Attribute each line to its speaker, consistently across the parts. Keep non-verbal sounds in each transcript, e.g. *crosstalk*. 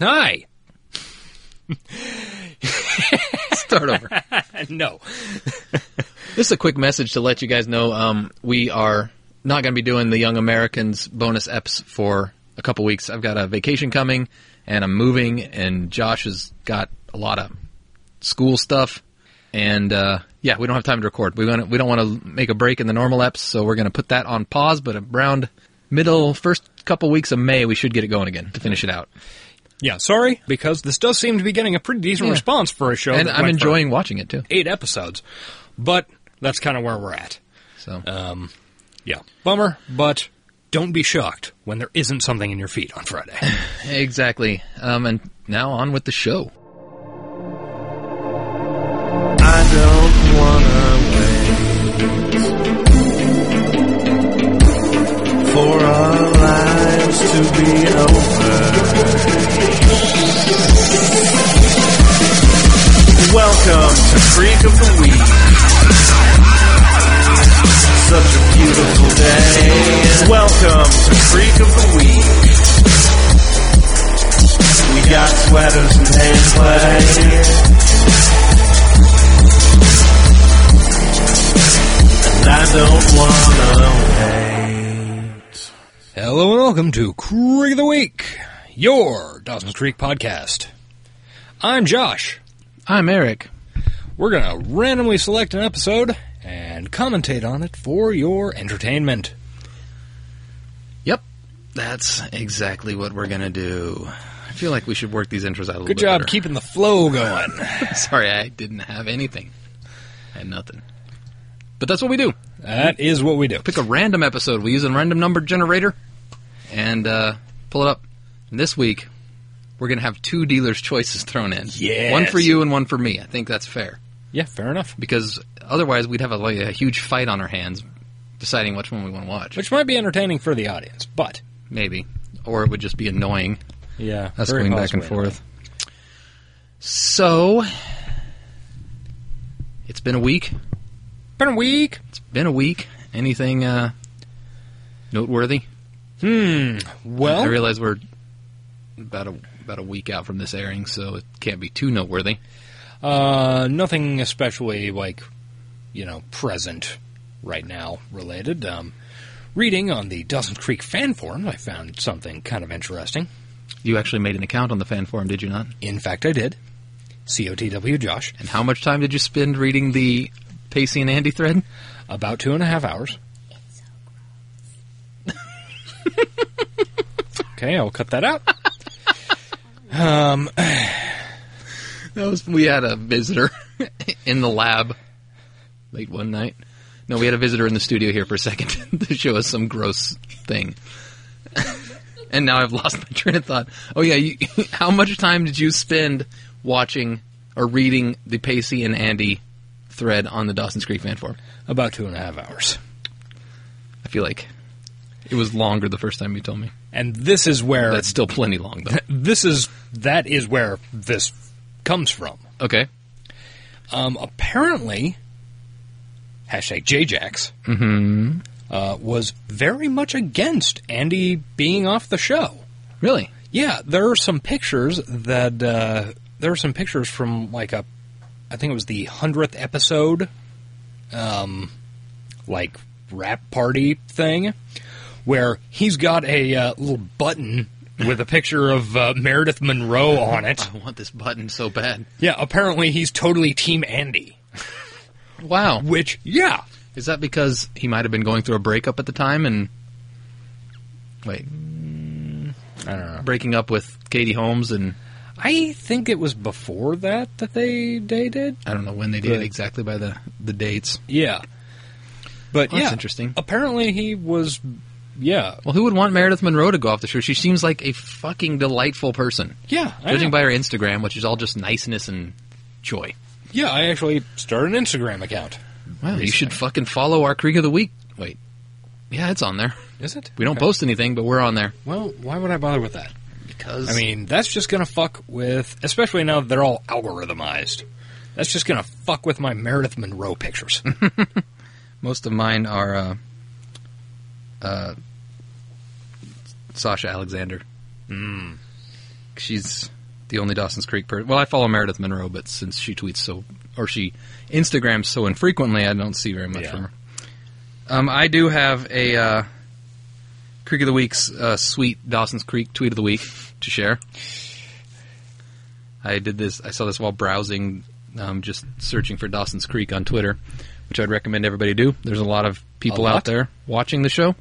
Speaker 1: Hi.
Speaker 2: Start *laughs* over.
Speaker 1: *laughs* no.
Speaker 2: This is a quick message to let you guys know um, we are not going to be doing the Young Americans bonus eps for a couple weeks. I've got a vacation coming, and I'm moving, and Josh has got a lot of school stuff, and uh, yeah, we don't have time to record. We want we don't want to make a break in the normal eps, so we're going to put that on pause. But around middle first couple weeks of May, we should get it going again to finish it out.
Speaker 1: Yeah, sorry, because this does seem to be getting a pretty decent
Speaker 2: Yeah.
Speaker 1: response for a show.
Speaker 2: And
Speaker 1: that
Speaker 2: I'm
Speaker 1: went for
Speaker 2: enjoying watching it too.
Speaker 1: eight episodes, but that's kind of where we're at.
Speaker 2: So
Speaker 1: Um, yeah, bummer, but don't be shocked when there isn't something in your feed on Friday.
Speaker 2: *laughs* exactly. Um, and now on with the show.
Speaker 3: I don't wanna wait for our lives to be over. Welcome to Freak of the Week. Such a beautiful day. Welcome to Freak of the Week. We got sweaters and hand plays. I don't wanna wait.
Speaker 1: Hello and welcome to Creek of the Week, your Dawson's Creek podcast. I'm Josh.
Speaker 2: I'm Eric.
Speaker 1: We're going to randomly select an episode and commentate on it for your entertainment.
Speaker 2: Yep. That's exactly what we're going to do. I feel like we should work these intros out a little
Speaker 1: Good
Speaker 2: bit.
Speaker 1: job
Speaker 2: better.
Speaker 1: keeping the flow going.
Speaker 2: *laughs* Sorry, I didn't have anything. I had nothing. But that's what we do.
Speaker 1: That is what we do.
Speaker 2: Pick a random episode. We use a random number generator and uh, pull it up. And this week, we're going to have two dealers' choices thrown in.
Speaker 1: Yes.
Speaker 2: One for you and one for me. I think that's fair.
Speaker 1: Yeah, fair enough.
Speaker 2: Because otherwise, we'd have a, like, a huge fight on our hands deciding which one we want to watch.
Speaker 1: Which might be entertaining for the audience, but
Speaker 2: Maybe. Or it would just be annoying.
Speaker 1: yeah,
Speaker 2: That's
Speaker 1: very
Speaker 2: going back and
Speaker 1: possibly.
Speaker 2: forth. So, it's been a week.
Speaker 1: Been a week.
Speaker 2: It's been a week. Anything uh, noteworthy?
Speaker 1: Hmm. Well,
Speaker 2: I realize we're about a about a week out from this airing, so it can't be too noteworthy.
Speaker 1: Uh, nothing especially like, you know, present right now related. Um, reading on the Dawson's Creek fan forums, I found something kind of interesting.
Speaker 2: You actually made an account on the fan forum, did you not?
Speaker 1: In fact, I did. COTW Josh,
Speaker 2: And how much time did you spend reading the Pacey and Andy thread?
Speaker 1: about two and a half hours. okay, I'll cut that out. Um,
Speaker 2: That was we had a visitor *laughs* in the lab late one night. No, we had a visitor in the studio here for a second *laughs* to show us some gross thing. and now I've lost my train of thought. Oh yeah, you, *laughs* how much time did you spend watching or reading the Pacey and Andy thread on the Dawson's Creek fan forum?
Speaker 1: about two and a half hours.
Speaker 2: I feel like it was longer the first time you told me.
Speaker 1: And this is where
Speaker 2: That's still plenty long *laughs* though.
Speaker 1: this is that is where this comes from.
Speaker 2: Okay.
Speaker 1: Um, apparently, hashtag JJax uh, was very much against Andy being off the show.
Speaker 2: Really?
Speaker 1: Yeah, there are some pictures that uh, there are some pictures from like a, I think it was the hundredth episode, um, like rap party thing, where he's got a uh, little button with a picture of uh, Meredith Monroe on it.
Speaker 2: I want this button so bad.
Speaker 1: Yeah, apparently he's totally Team Andy.
Speaker 2: Wow.
Speaker 1: Which, yeah,
Speaker 2: Is that because he might have been going through a breakup at the time and wait,
Speaker 1: Mm, I don't know.
Speaker 2: breaking up with Katie Holmes and
Speaker 1: I think it was before that that they dated.
Speaker 2: I don't know when they did
Speaker 1: Right.
Speaker 2: exactly by the the dates.
Speaker 1: Yeah, but
Speaker 2: Well,
Speaker 1: yeah,
Speaker 2: that's interesting.
Speaker 1: Apparently, he was. Yeah,
Speaker 2: Well, who would want Meredith Monroe to go off the show? She seems like a fucking delightful person,
Speaker 1: yeah. I
Speaker 2: judging
Speaker 1: know.
Speaker 2: by her Instagram, which is all just niceness and joy.
Speaker 1: yeah, I actually started an Instagram account.
Speaker 2: Wow, you
Speaker 1: Recently.
Speaker 2: should fucking follow our Creek of the Week. Wait, yeah, it's on there.
Speaker 1: Is it?
Speaker 2: We don't
Speaker 1: Okay.
Speaker 2: post anything, but we're on there
Speaker 1: Well, why would I bother with that?
Speaker 2: because
Speaker 1: I mean, that's just gonna fuck with, especially now that they're all algorithmized. That's just gonna fuck with my Meredith Monroe pictures.
Speaker 2: most of mine are uh, uh, Sasha Alexander. she's the only Dawson's Creek person. Well, I follow Meredith Monroe, but since she tweets so or she Instagrams so infrequently, I don't see very much
Speaker 1: Yeah.
Speaker 2: from her. Um, I do have a uh, Creek of the Week's uh, sweet Dawson's Creek tweet of the week to share. I did this. I saw this while browsing, um, just searching for Dawson's Creek on Twitter, which I'd recommend everybody do. There's a lot of people
Speaker 1: lot?
Speaker 2: out there watching the show.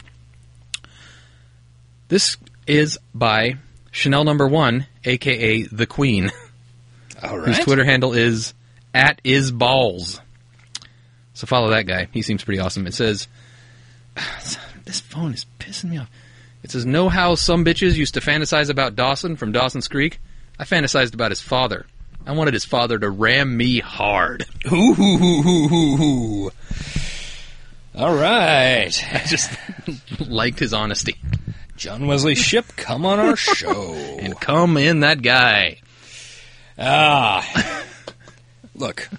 Speaker 2: This is by Chanel Number One, aka the Queen,
Speaker 1: *laughs* All
Speaker 2: whose Twitter handle is at is balls. So follow that guy. He seems pretty awesome. It says, *sighs* "This phone is pissing me off." It says, "Know how some bitches used to fantasize about Dawson from Dawson's Creek? I fantasized about his father. I wanted his father to ram me hard."
Speaker 1: *laughs* Hoo, hoo, hoo, hoo, hoo, hoo. All right.
Speaker 2: I just *laughs* liked his honesty.
Speaker 1: John Wesley Ship, come on our *laughs* show.
Speaker 2: And come in that guy.
Speaker 1: ah. *laughs* Look.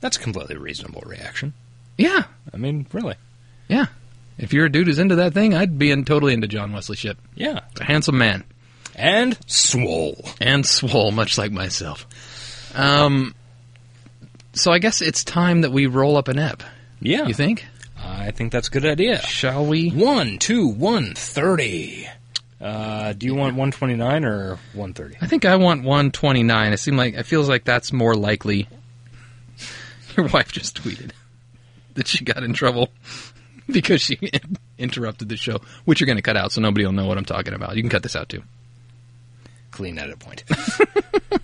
Speaker 1: That's a completely reasonable reaction.
Speaker 2: Yeah,
Speaker 1: I mean, really.
Speaker 2: yeah. If you're a dude who's into that thing, I'd be in totally into John Wesley Ship.
Speaker 1: Yeah.
Speaker 2: A handsome man.
Speaker 1: And swole.
Speaker 2: and swole, much like myself. Um, so I guess it's time that we roll up an ep.
Speaker 1: Yeah.
Speaker 2: You think?
Speaker 1: I think that's a good idea.
Speaker 2: Shall we?
Speaker 1: One, two, one thirty. Uh, do you want one twenty nine or one thirty?
Speaker 2: I think I want one twenty nine. It seems like it feels like that's more likely. *laughs* Your wife just tweeted that she got in trouble *laughs* because she *laughs* interrupted the show, which you're going to cut out, so nobody will know what I'm talking about. You can cut this out too.
Speaker 1: Clean edit point.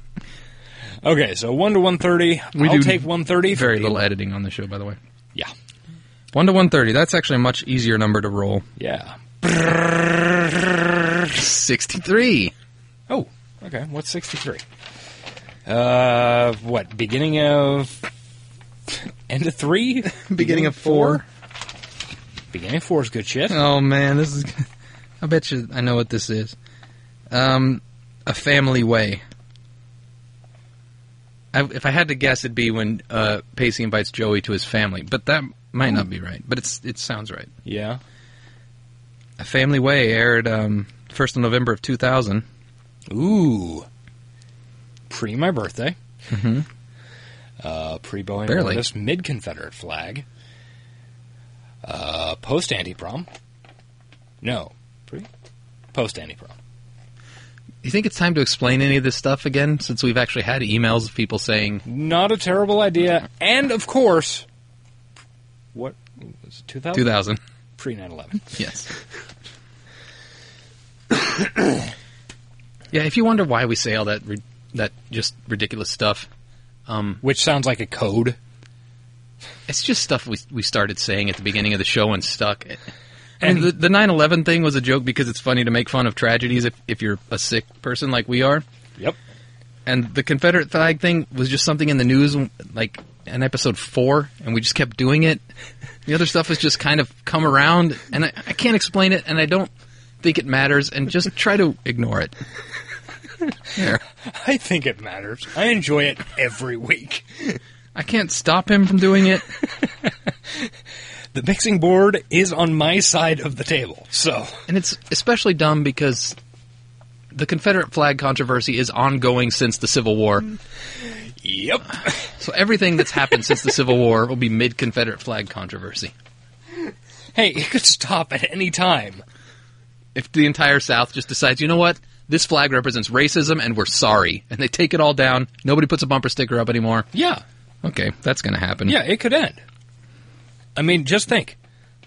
Speaker 1: *laughs* okay, so one to one thirty.
Speaker 2: We
Speaker 1: I'll
Speaker 2: do
Speaker 1: take one thirty.
Speaker 2: Very little editing on the show, by the way.
Speaker 1: Yeah,
Speaker 2: One to one thirty. That's actually a much easier number to roll.
Speaker 1: yeah.
Speaker 2: Sixty three.
Speaker 1: Oh, okay. What's sixty three? Uh, what? Beginning of end of three.
Speaker 2: *laughs* Beginning of four.
Speaker 1: Beginning of four is good shit.
Speaker 2: Oh man, this is. I bet you I know what this is. Um, a family way. I, if I had to guess, it'd be when uh, Pacey invites Joey to his family, but that might not be right. But it's it sounds right.
Speaker 1: Yeah.
Speaker 2: A Family Way aired um, first of November of two thousand.
Speaker 1: Ooh. Pre my birthday. Uh, pre Boeing
Speaker 2: Mm-hmm. Barely.
Speaker 1: Mortis mid Confederate flag. Uh, post anti prom. No. Pre? Post anti prom.
Speaker 2: You think it's time to explain any of this stuff again, since we've actually had emails of people saying
Speaker 1: Not a terrible idea. And of course, what was it? 2000?
Speaker 2: two thousand?
Speaker 1: Pre 9 11.
Speaker 2: Yes. *coughs* yeah, if you wonder why we say all that ri- that just ridiculous stuff, um,
Speaker 1: Which sounds like a code.
Speaker 2: it's just stuff we we started saying at the beginning of the show and stuck. And the, the 9/11 thing was a joke because it's funny to make fun of tragedies if, if you're a sick person like we are.
Speaker 1: Yep.
Speaker 2: And the Confederate flag thing was just something in the news like in episode 4 and we just kept doing it. The other stuff has just kind of come around and I, I can't explain it and I don't think it matters and just try to ignore it. There.
Speaker 1: *laughs* I think it matters. I enjoy it every week.
Speaker 2: I can't stop him from doing it.
Speaker 1: The mixing board is on my side of the table, so.
Speaker 2: And it's especially dumb because the Confederate flag controversy is ongoing since the Civil War.
Speaker 1: Yep.
Speaker 2: So everything that's happened since the Civil War will be mid Confederate flag controversy.
Speaker 1: *laughs* Hey, it could stop at any time.
Speaker 2: If the entire South just decides, you know what, this flag represents racism and we're sorry, and they take it all down, nobody puts a bumper sticker up anymore.
Speaker 1: Yeah,
Speaker 2: Okay, that's going to happen.
Speaker 1: yeah, it could end. I mean, just think.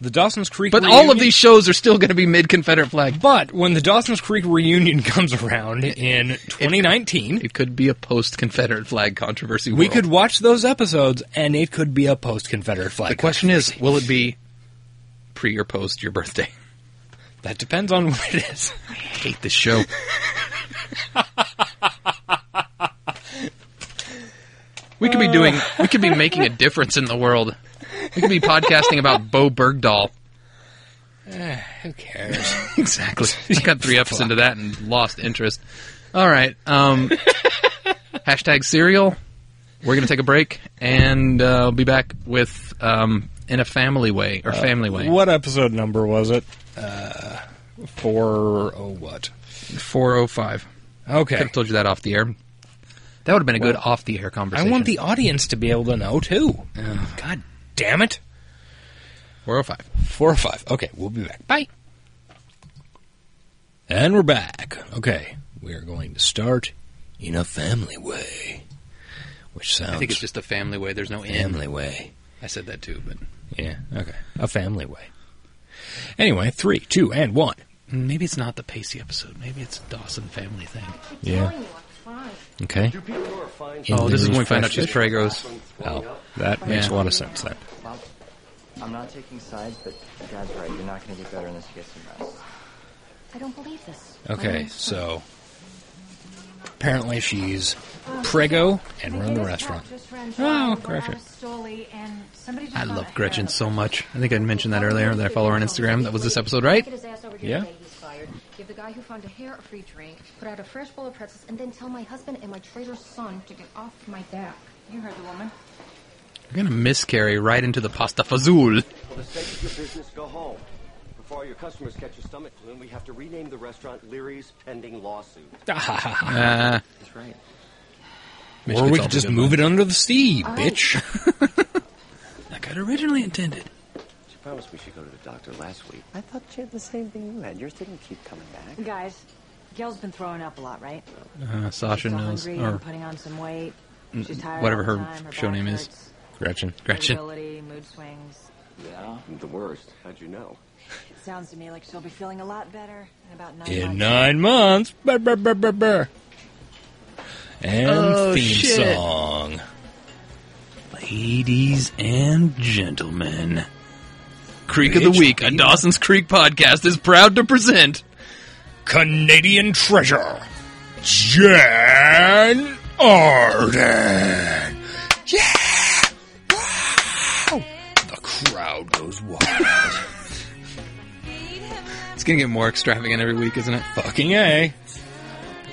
Speaker 1: The Dawson's Creek
Speaker 2: But all of
Speaker 1: reunion-
Speaker 2: these shows are still going to be mid Confederate flag.
Speaker 1: But when the Dawson's Creek reunion *laughs* comes around in 2019,
Speaker 2: It could be a post Confederate flag controversy.
Speaker 1: we
Speaker 2: world.
Speaker 1: could watch those episodes and it could be a post Confederate
Speaker 2: The
Speaker 1: flag.
Speaker 2: question is, will it be pre or post your birthday?
Speaker 1: that depends on *laughs* what it is.
Speaker 2: I *laughs* hate this show. we could be doing. We could be making a difference in the world. We could be podcasting about Bo Bergdahl.
Speaker 1: Who cares?
Speaker 2: Exactly. *laughs* I got three eps into that and lost interest. All right. *laughs* Um, hashtag serial. We're gonna take a break and uh, be back with um, in a family way or family way.
Speaker 1: what episode number was it? Uh, four oh what?
Speaker 2: Four oh five. Could
Speaker 1: Okay.
Speaker 2: have told you that off the air. That would have been a good off the air
Speaker 1: I
Speaker 2: conversation. *sighs*
Speaker 1: want the audience to be able to know too. God damn it.
Speaker 2: 405.
Speaker 1: Four or five. Okay, we'll be back. Bye. And we're back. Okay, we are going to start in a family way, which sounds
Speaker 2: I think it's just a family way. There's no end.
Speaker 1: family way.
Speaker 2: I said that too, but
Speaker 1: Yeah. Okay, a family way. Anyway, three, two, and one.
Speaker 2: maybe it's not the Pacey episode. Maybe it's Dawson family thing.
Speaker 1: Yeah. Okay.
Speaker 2: Oh, this is when we find
Speaker 1: find
Speaker 2: out she's Tragos.
Speaker 1: Oh, that makes
Speaker 2: Yeah.
Speaker 1: a lot of sense then.
Speaker 4: Bob, I'm not taking sides, but Dad's right. You're not going to get better unless you get some rest.
Speaker 5: I don't believe this.
Speaker 1: Okay, so apparently she's prego, and we're in
Speaker 6: *laughs*
Speaker 1: the restaurant.
Speaker 5: Oh,
Speaker 1: Gretchen.
Speaker 2: I love Gretchen so much. I think I mentioned that earlier that I follow her on Instagram. That was this episode, right?
Speaker 1: Yeah.
Speaker 5: Give the guy who found a hair a free drink, put out a fresh bowl of pretzels, and then tell my husband and my traitor son to get off my back.
Speaker 7: You heard the woman.
Speaker 2: We're gonna miscarry right into the pasta fazool.
Speaker 8: For the sake of your business, go home. Before your customers catch a stomach flu, and we have to rename the restaurant Leary's pending lawsuit.
Speaker 2: Uh,
Speaker 4: That's right.
Speaker 1: Or we could just move it under the sea, bitch.
Speaker 2: like I'd originally intended.
Speaker 8: She promised me she'd go to the doctor last week. I thought she had the same thing you had. Yours didn't keep coming back.
Speaker 7: Guys, Gail's been throwing up a lot, right?
Speaker 2: Uh, Sasha
Speaker 7: She's all
Speaker 2: knows,
Speaker 7: hungry um, and
Speaker 2: or
Speaker 7: putting on some weight. She's tired.
Speaker 2: whatever
Speaker 7: all the
Speaker 2: her
Speaker 7: time, her
Speaker 2: show
Speaker 7: back
Speaker 2: name is.
Speaker 7: hurts,
Speaker 1: Gretchen.
Speaker 2: Gretchen.
Speaker 7: irritability, mood swings.
Speaker 4: Yeah.
Speaker 8: The worst. How'd you know?
Speaker 7: It sounds to me like she'll be feeling a lot better in about nine
Speaker 1: In
Speaker 7: months.
Speaker 1: nine months. Brr, brr, brr, brr, brr. And
Speaker 2: Oh,
Speaker 1: theme
Speaker 2: shit.
Speaker 1: song.
Speaker 2: Ladies and gentlemen, Creek of
Speaker 1: Bitch,
Speaker 2: the Week, a Dawson's Creek podcast, is proud to present.
Speaker 1: Canadian treasure. Jan Arden. Yeah! Wow! The crowd goes wild. *laughs*
Speaker 2: It's gonna get more extravagant every week, isn't it?
Speaker 1: Fucking A.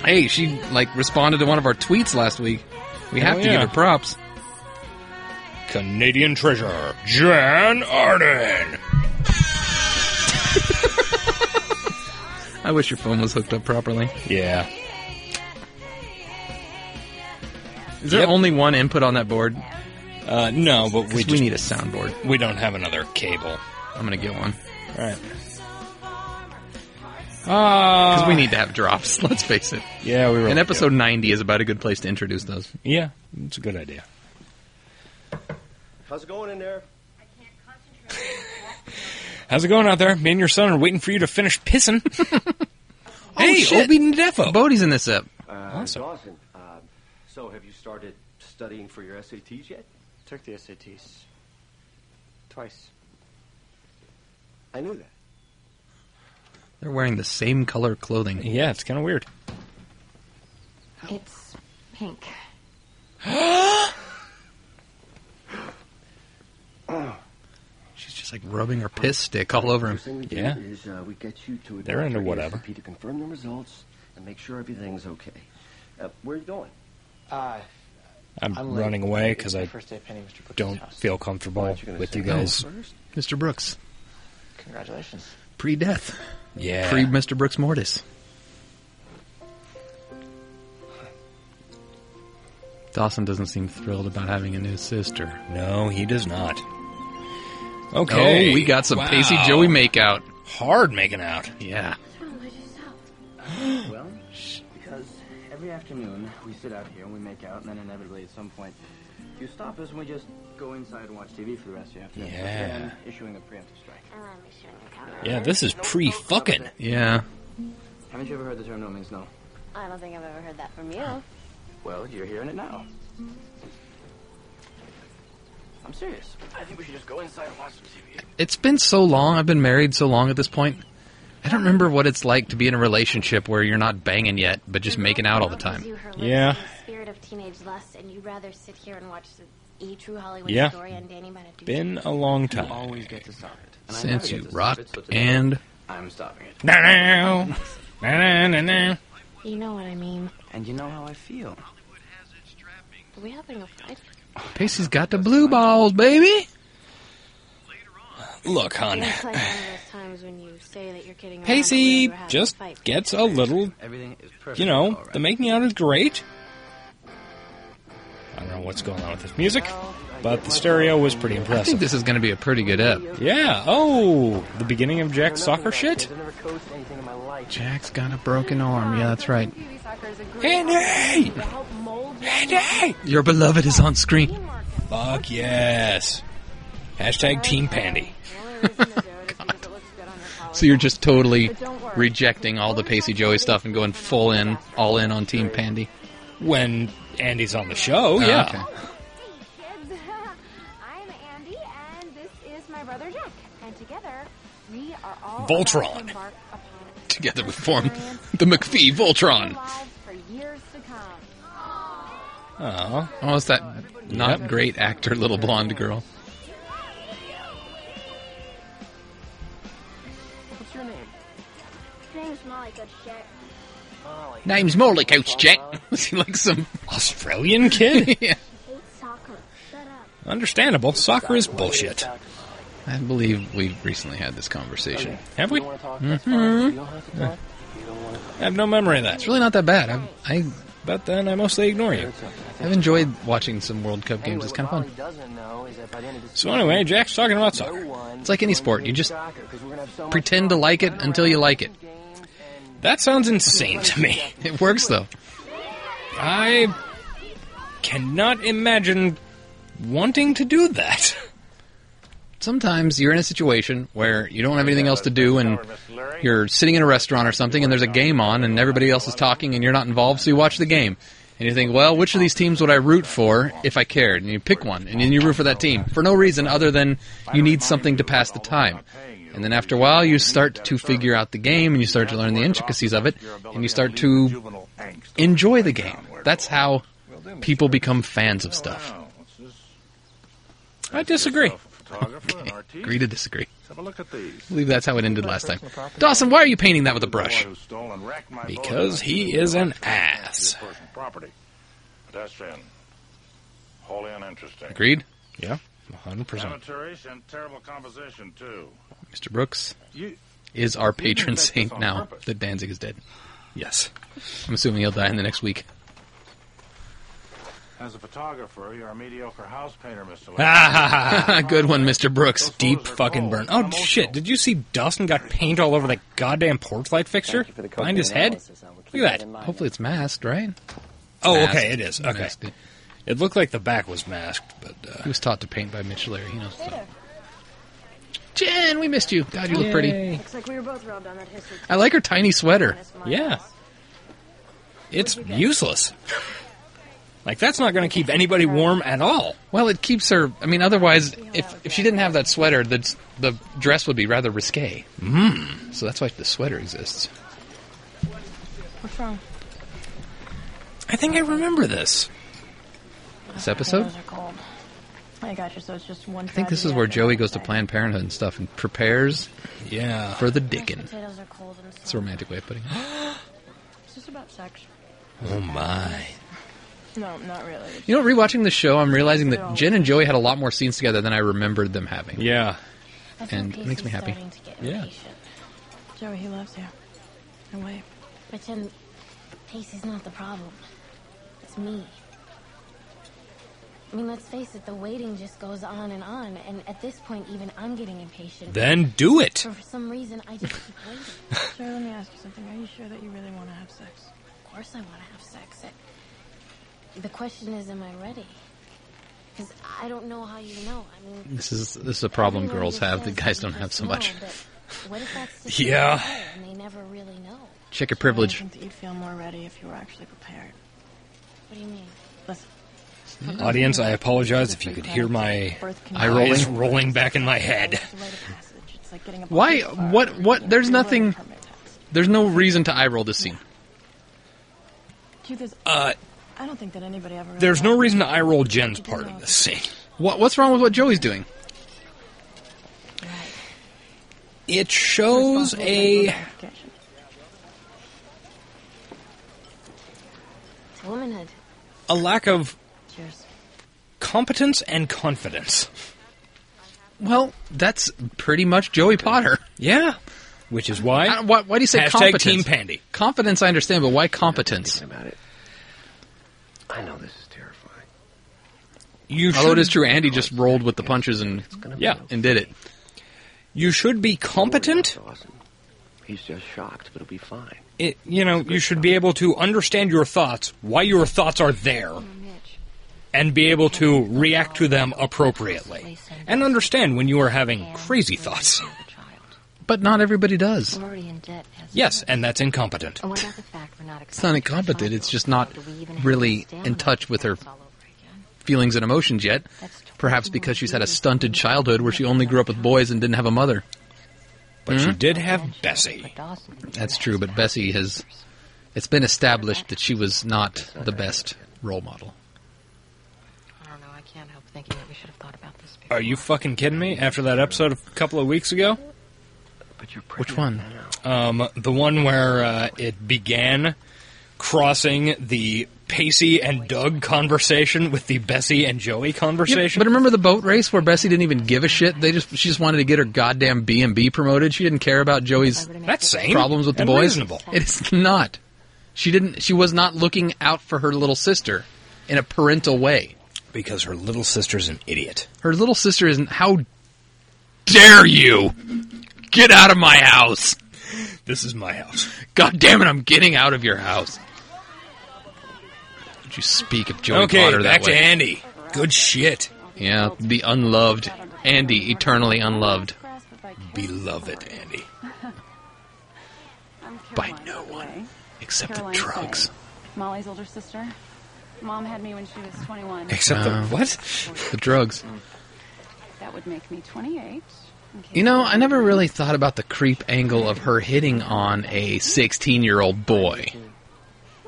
Speaker 2: Hey, she like responded to one of our tweets last week. We have
Speaker 1: Oh,
Speaker 2: to
Speaker 1: yeah.
Speaker 2: give her props.
Speaker 1: Canadian treasure. Jan Arden.
Speaker 2: I wish your phone was hooked up properly.
Speaker 1: Yeah.
Speaker 2: Is there
Speaker 1: Yep.
Speaker 2: only one input on that board?
Speaker 1: Uh, no, but we
Speaker 2: We,
Speaker 1: just,
Speaker 2: we need a soundboard.
Speaker 1: we don't have another cable.
Speaker 2: I'm gonna get one
Speaker 1: Right. Ah.
Speaker 2: because we need to have drops. *laughs* Let's face it.
Speaker 1: Yeah, we were.
Speaker 2: And episode 90 is about a good place to introduce those.
Speaker 1: Yeah, it's a good idea.
Speaker 8: How's it going in there?
Speaker 1: How's it going out there? Me and your son are waiting for you to
Speaker 4: *laughs*
Speaker 1: finish pissing. hey,
Speaker 2: Oh, shit.
Speaker 1: Obi Defo.
Speaker 2: Bodie's in this up.
Speaker 8: Uh,
Speaker 1: Awesome.
Speaker 8: Dawson, uh, so have you started studying for your SATs yet?
Speaker 4: Took the SATs. Twice.
Speaker 8: I knew that.
Speaker 2: They're wearing the same color clothing.
Speaker 1: yeah, it's kind of weird.
Speaker 2: Oh.
Speaker 5: It's pink.
Speaker 2: She's just like rubbing her piss stick all over him.
Speaker 8: First thing we do
Speaker 1: Yeah.
Speaker 8: is uh, we get you to a
Speaker 1: They're into
Speaker 8: doctor
Speaker 1: whatever.
Speaker 8: ASAP to confirm the results and make sure everything's okay. Uh, where are you going?
Speaker 4: Uh,
Speaker 1: I'm,
Speaker 4: I'm late.
Speaker 1: running away
Speaker 4: It's
Speaker 1: because
Speaker 4: the
Speaker 1: I
Speaker 4: first day of Penny Mr. Brooks'
Speaker 1: don't
Speaker 4: house.
Speaker 1: feel comfortable
Speaker 8: Aren't gonna
Speaker 1: with
Speaker 8: say
Speaker 1: you
Speaker 8: that
Speaker 1: guys.
Speaker 8: first?
Speaker 2: Mr. Brooks,
Speaker 4: Congratulations.
Speaker 2: pre death.
Speaker 1: Yeah.
Speaker 2: Pre Mr. Brooks Mortis. Dawson doesn't seem thrilled about having a new sister.
Speaker 1: no, he does not.
Speaker 2: Oh,
Speaker 1: Okay.
Speaker 2: we got some
Speaker 1: Wow.
Speaker 2: Pacey Joey makeout.
Speaker 1: Hard making out.
Speaker 2: Yeah.
Speaker 4: Well, because every afternoon we sit out here and we make out, and then inevitably at some point you stop us and we just go inside and watch TV for the rest of the afternoon.
Speaker 1: Yeah.
Speaker 4: Then issuing a preemptive strike.
Speaker 1: Yeah, this is pre fucking.
Speaker 2: Yeah.
Speaker 4: Haven't you ever heard the term no means no?
Speaker 9: I don't think I've ever heard that from you.
Speaker 4: Well, you're hearing it now. I'm serious. I think we should just go inside and watch some TV.
Speaker 2: It's been so long. I've been married so long at this point. I don't remember what it's like to be in a relationship where you're not banging yet, but just making out all the time.
Speaker 9: You her lips
Speaker 1: Yeah.
Speaker 9: in the Spirit of teenage lust, and you'd rather sit here and watch the E True Hollywood
Speaker 1: Yeah.
Speaker 9: story on Danny Beneducci.
Speaker 1: Been a long
Speaker 4: You
Speaker 1: time.
Speaker 4: always get to stop it. And I never
Speaker 2: Since
Speaker 4: get
Speaker 2: you
Speaker 4: to stop
Speaker 2: rock
Speaker 4: it, so today
Speaker 2: and
Speaker 4: I'm stopping it.
Speaker 1: Na na na na na.
Speaker 9: You know what I mean.
Speaker 4: And you know how I feel.
Speaker 9: Are we having a fight?
Speaker 2: Pacey's got the blue balls, baby.
Speaker 1: Look, hon.
Speaker 9: It's like one of those times when you say that you're kidding around, but really
Speaker 1: Pacey
Speaker 9: we're having a
Speaker 1: just
Speaker 9: fight.
Speaker 1: gets a little
Speaker 4: Everything is perfect.
Speaker 1: you know,
Speaker 4: all right.
Speaker 1: the making out is great. I don't know what's going on with this music, but the stereo was pretty
Speaker 2: I think
Speaker 1: impressive.
Speaker 2: this is going to be a pretty good ep.
Speaker 1: Yeah. Oh, the beginning of
Speaker 4: I know
Speaker 1: Jack's
Speaker 4: nothing
Speaker 1: soccer
Speaker 4: about
Speaker 1: shit.
Speaker 4: kids. I've never coached anything in my life.
Speaker 2: Jack's got a broken arm. Yeah, that's right.
Speaker 1: Andy! Hey,
Speaker 2: Your beloved is on screen.
Speaker 1: fuck yes. Hashtag Team Pandy.
Speaker 2: So you're just totally rejecting all the Pacey Joey stuff and going full in, all in on Team Pandy. Ah,
Speaker 1: When Andy's on the show, Oh, yeah.
Speaker 2: Oh, okay.
Speaker 6: Hey, kids. *laughs* I'm Andy, and this is my brother Jack. And together, we are all
Speaker 1: Voltron.
Speaker 6: about to embark upon a
Speaker 2: Together we form the McPhee Voltron.
Speaker 6: lives for years to come.
Speaker 1: Aw.
Speaker 2: Oh, it's that not
Speaker 1: Yep.
Speaker 2: great actor, little blonde girl.
Speaker 4: What's your name?
Speaker 9: Name's Molly, good shit.
Speaker 4: Molly.
Speaker 2: Name's Morley Coach Jack. *laughs* Was he like some?
Speaker 1: Australian *laughs* kid?
Speaker 2: yeah.
Speaker 9: Hate soccer. Shut up.
Speaker 1: Understandable. Soccer is
Speaker 4: What do you
Speaker 1: bullshit.
Speaker 4: think?
Speaker 2: I believe we've recently had this conversation.
Speaker 1: Have
Speaker 4: You
Speaker 1: we?
Speaker 4: want to talk? That's fine. You don't have to talk. You don't want to talk.
Speaker 1: I have no memory of that.
Speaker 2: It's really not that bad. I, I
Speaker 1: But then I mostly ignore you.
Speaker 4: It's okay. I think-
Speaker 2: I've enjoyed watching some World Cup
Speaker 4: Anyway,
Speaker 2: games. It's
Speaker 4: what
Speaker 2: kind of
Speaker 4: Molly
Speaker 2: fun.
Speaker 4: doesn't know is that by the end of this
Speaker 1: So anyway, Jack's talking about
Speaker 4: season,
Speaker 1: soccer.
Speaker 4: no one
Speaker 2: It's like any
Speaker 4: is going
Speaker 2: sport.
Speaker 4: to
Speaker 2: You
Speaker 4: be
Speaker 2: just
Speaker 4: soccer, 'cause we're gonna have so much
Speaker 2: Pretend to
Speaker 4: fun.
Speaker 2: like it until you like it.
Speaker 4: Games and-
Speaker 1: That sounds insane to me.
Speaker 2: It works though.
Speaker 1: I cannot imagine wanting to do that.
Speaker 2: Sometimes you're in a situation where you don't have anything else to do and you're sitting in a restaurant or something and there's a game on and everybody else is talking and you're not involved so you watch the game. And you think, well, which of these teams would I root for if I cared? And you pick one and then you root for that team for no reason other than you need something to pass the time. And then after a while you start to figure out the game and you start to learn the intricacies of it and you start to enjoy the game. That's how people become fans of stuff. *laughs*
Speaker 1: I disagree.
Speaker 2: Agree to disagree.
Speaker 10: Have a look at these.
Speaker 2: I believe that's how it ended last time. Dawson, why are you painting that with a brush?
Speaker 1: Because he is an ass.
Speaker 10: Property. Pedestrian. Wholly uninteresting.
Speaker 2: Agreed?
Speaker 1: Yeah, 100%.
Speaker 10: Amateurish and terrible composition, too.
Speaker 2: Mr. Brooks
Speaker 10: You,
Speaker 2: is our patron
Speaker 10: didn't make
Speaker 2: saint
Speaker 10: this on
Speaker 2: now
Speaker 10: purpose.
Speaker 2: that Danzig is dead.
Speaker 1: Yes.
Speaker 2: I'm assuming he'll die in the next week. *laughs*
Speaker 10: as a photographer, you're a mediocre house painter, Mr.
Speaker 2: Ah,
Speaker 10: Lane.
Speaker 2: Good one, Mr. Brooks.
Speaker 1: Deep fucking burn. Oh shit, did you see Dawson got paint all over the goddamn porch light fixture?
Speaker 4: Thank you for the cocaine
Speaker 1: Behind his head?
Speaker 4: analysis. I will keep
Speaker 1: Look at that.
Speaker 4: in mind.
Speaker 2: Hopefully it's masked, right?
Speaker 1: Oh,
Speaker 2: Masked.
Speaker 1: okay, it is. Okay.
Speaker 2: Masked.
Speaker 1: It looked like the back was masked, but
Speaker 2: He
Speaker 1: uh,
Speaker 2: was taught to paint by Mitch Larry. He knows what's up. Jen, we missed you. God, you look pretty.
Speaker 7: Looks like we were both robbed on that history.
Speaker 2: I like her tiny sweater.
Speaker 1: Yeah. it's useless. Like, that's not going to keep anybody warm at all.
Speaker 2: Well, it keeps her. I mean, otherwise, if if she didn't have that sweater, the the dress would be rather risque. Mm. So that's why the sweater exists.
Speaker 1: I think I remember this.
Speaker 2: This episode,
Speaker 7: Those are cold. I got you. So it's just one.
Speaker 2: I think this is where Joey goes to Planned Parenthood and stuff and prepares
Speaker 1: Yeah.
Speaker 2: for
Speaker 7: *laughs*
Speaker 2: the dickin'.
Speaker 9: Potatoes are cold and
Speaker 2: It's a romantic way of putting it.
Speaker 7: It's just about sex.
Speaker 1: Oh my.
Speaker 7: No, not really. It's
Speaker 2: You know, rewatching the show, I'm realizing that Jen and Joey had a lot more scenes together than I remembered them having.
Speaker 1: Yeah.
Speaker 2: and it makes me happy.
Speaker 9: Starting to get
Speaker 1: Yeah.
Speaker 9: impatient.
Speaker 7: Joey, he loves you. No way.
Speaker 9: But then, Pacey's not the problem. It's me. I mean, let's face it, the waiting just goes on and on, and at this point, even I'm getting impatient.
Speaker 1: Then do it.
Speaker 9: For some reason, I just keep
Speaker 2: *laughs*
Speaker 9: waiting.
Speaker 7: Joey, let me ask you something. Are you sure that you really want to have sex?
Speaker 9: Of course, I want to have sex. I- the question is, am I ready? Because I don't know how you know. I mean,
Speaker 2: This is this is a problem
Speaker 9: everyone
Speaker 2: girls have that
Speaker 9: understands
Speaker 2: guys
Speaker 9: that
Speaker 2: don't
Speaker 9: you
Speaker 2: have
Speaker 9: just
Speaker 2: so much.
Speaker 9: know, but what if that's
Speaker 2: *laughs*
Speaker 9: just
Speaker 1: Yeah.
Speaker 9: desire And they never really know.
Speaker 2: Check your
Speaker 7: I
Speaker 2: privilege.
Speaker 7: think that you'd feel more ready if you were actually prepared.
Speaker 9: What do you mean?
Speaker 7: Listen.
Speaker 1: Audience, I apologize if you could hear my
Speaker 2: Eye rolling.
Speaker 1: eyes rolling back in my head.
Speaker 2: Why- what- what- there's nothing- There's no reason to eye roll this scene.
Speaker 1: Uh,
Speaker 7: I don't think that anybody ever. really
Speaker 1: There's no
Speaker 7: asked.
Speaker 1: reason to eye roll Jen's part in this scene.
Speaker 2: What, what's wrong with what Joey's doing?
Speaker 1: It shows a
Speaker 9: It's womanhood.
Speaker 1: a lack of
Speaker 7: Cheers.
Speaker 1: competence and confidence.
Speaker 2: Well, that's pretty much Joey Potter.
Speaker 1: Yeah. Which is why.
Speaker 2: why, why do you say
Speaker 1: Hashtag
Speaker 2: competence?
Speaker 1: Team Pandy.
Speaker 2: Confidence, I understand, but why competence?
Speaker 11: I know this is terrifying.
Speaker 1: You
Speaker 2: Although it is
Speaker 1: shouldn't-
Speaker 2: true, Andy just rolled with the punches and
Speaker 1: Yeah.
Speaker 2: and did it.
Speaker 1: You should be competent.
Speaker 11: He's just shocked, but he'll be fine.
Speaker 1: It, you know, you should be able to understand your thoughts, why your thoughts are there, and be able to react to them appropriately. And understand when you are having crazy thoughts.
Speaker 2: But not everybody does.
Speaker 12: We're already in debt. As
Speaker 1: Yes, and that's incompetent.
Speaker 12: And Oh, what about the fact we're not
Speaker 2: It's not incompetent. It's just not really in touch with her feelings and emotions yet. Perhaps because she's had a stunted childhood where she only grew up with boys and didn't have a mother.
Speaker 1: But
Speaker 2: Hmm?
Speaker 1: she did have Bessie.
Speaker 2: That's true, but Bessie has. It's been established that she was not the best role model.
Speaker 12: I don't know. I can't help thinking that we should have thought about this.
Speaker 1: Are you fucking kidding me? After that episode a couple of weeks ago?
Speaker 2: Which one?
Speaker 1: Um, the one where uh, it began crossing the Pacey and Doug conversation with the Bessie and Joey
Speaker 2: Yeah,
Speaker 1: conversation.
Speaker 2: but remember the boat race where Bessie didn't even give a shit. They just she just wanted to get her goddamn B and B promoted. She didn't care about Joey's
Speaker 1: That's sane
Speaker 2: problems with the
Speaker 1: and
Speaker 2: boys.
Speaker 1: reasonable.
Speaker 2: It is not. She didn't. She was not looking out for her little sister in a parental way.
Speaker 1: Because her little sister's an idiot.
Speaker 2: Her little sister isn't. How dare you? Get out of my house!
Speaker 1: This is my house.
Speaker 2: God damn it! I'm getting out of your house. Did you speak of Joey
Speaker 1: okay,
Speaker 2: Potter that
Speaker 1: back
Speaker 2: way?
Speaker 1: to Andy. Good shit.
Speaker 2: Yeah, the unloved Andy, eternally unloved.
Speaker 1: Beloved Andy.
Speaker 2: By no one except the drugs.
Speaker 13: Molly's older sister. Mom had me when she was 21.
Speaker 2: Except the- No. what? The drugs.
Speaker 13: That would make me 28.
Speaker 2: You know, I never really thought about the creep angle of her hitting on a 16 year old boy.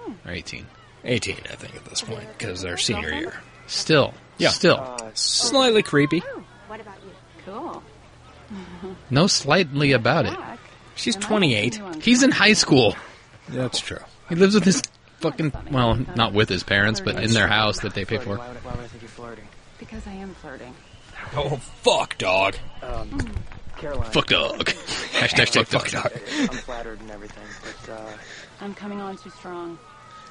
Speaker 13: Hmm.
Speaker 2: Or 18.
Speaker 1: 18, I think, at this point, because they're senior year.
Speaker 2: Still.
Speaker 1: Yeah.
Speaker 2: Still.
Speaker 1: Slightly creepy.
Speaker 13: Uh, oh, What about you? Cool. *laughs*
Speaker 2: No slightly about it.
Speaker 1: She's 28.
Speaker 2: He's in high school.
Speaker 1: That's true.
Speaker 2: He lives with his fucking. Well, not with his parents, but in their house that they pay for.
Speaker 11: Why would, why would I think you're flirting?
Speaker 13: Because I am flirting.
Speaker 1: Oh, fuck, dog.
Speaker 11: Um, Caroline.
Speaker 2: Fuck dog. Hashtag fuck dog. *laughs*
Speaker 11: I'm flattered and everything, but uh,
Speaker 13: I'm coming on too strong.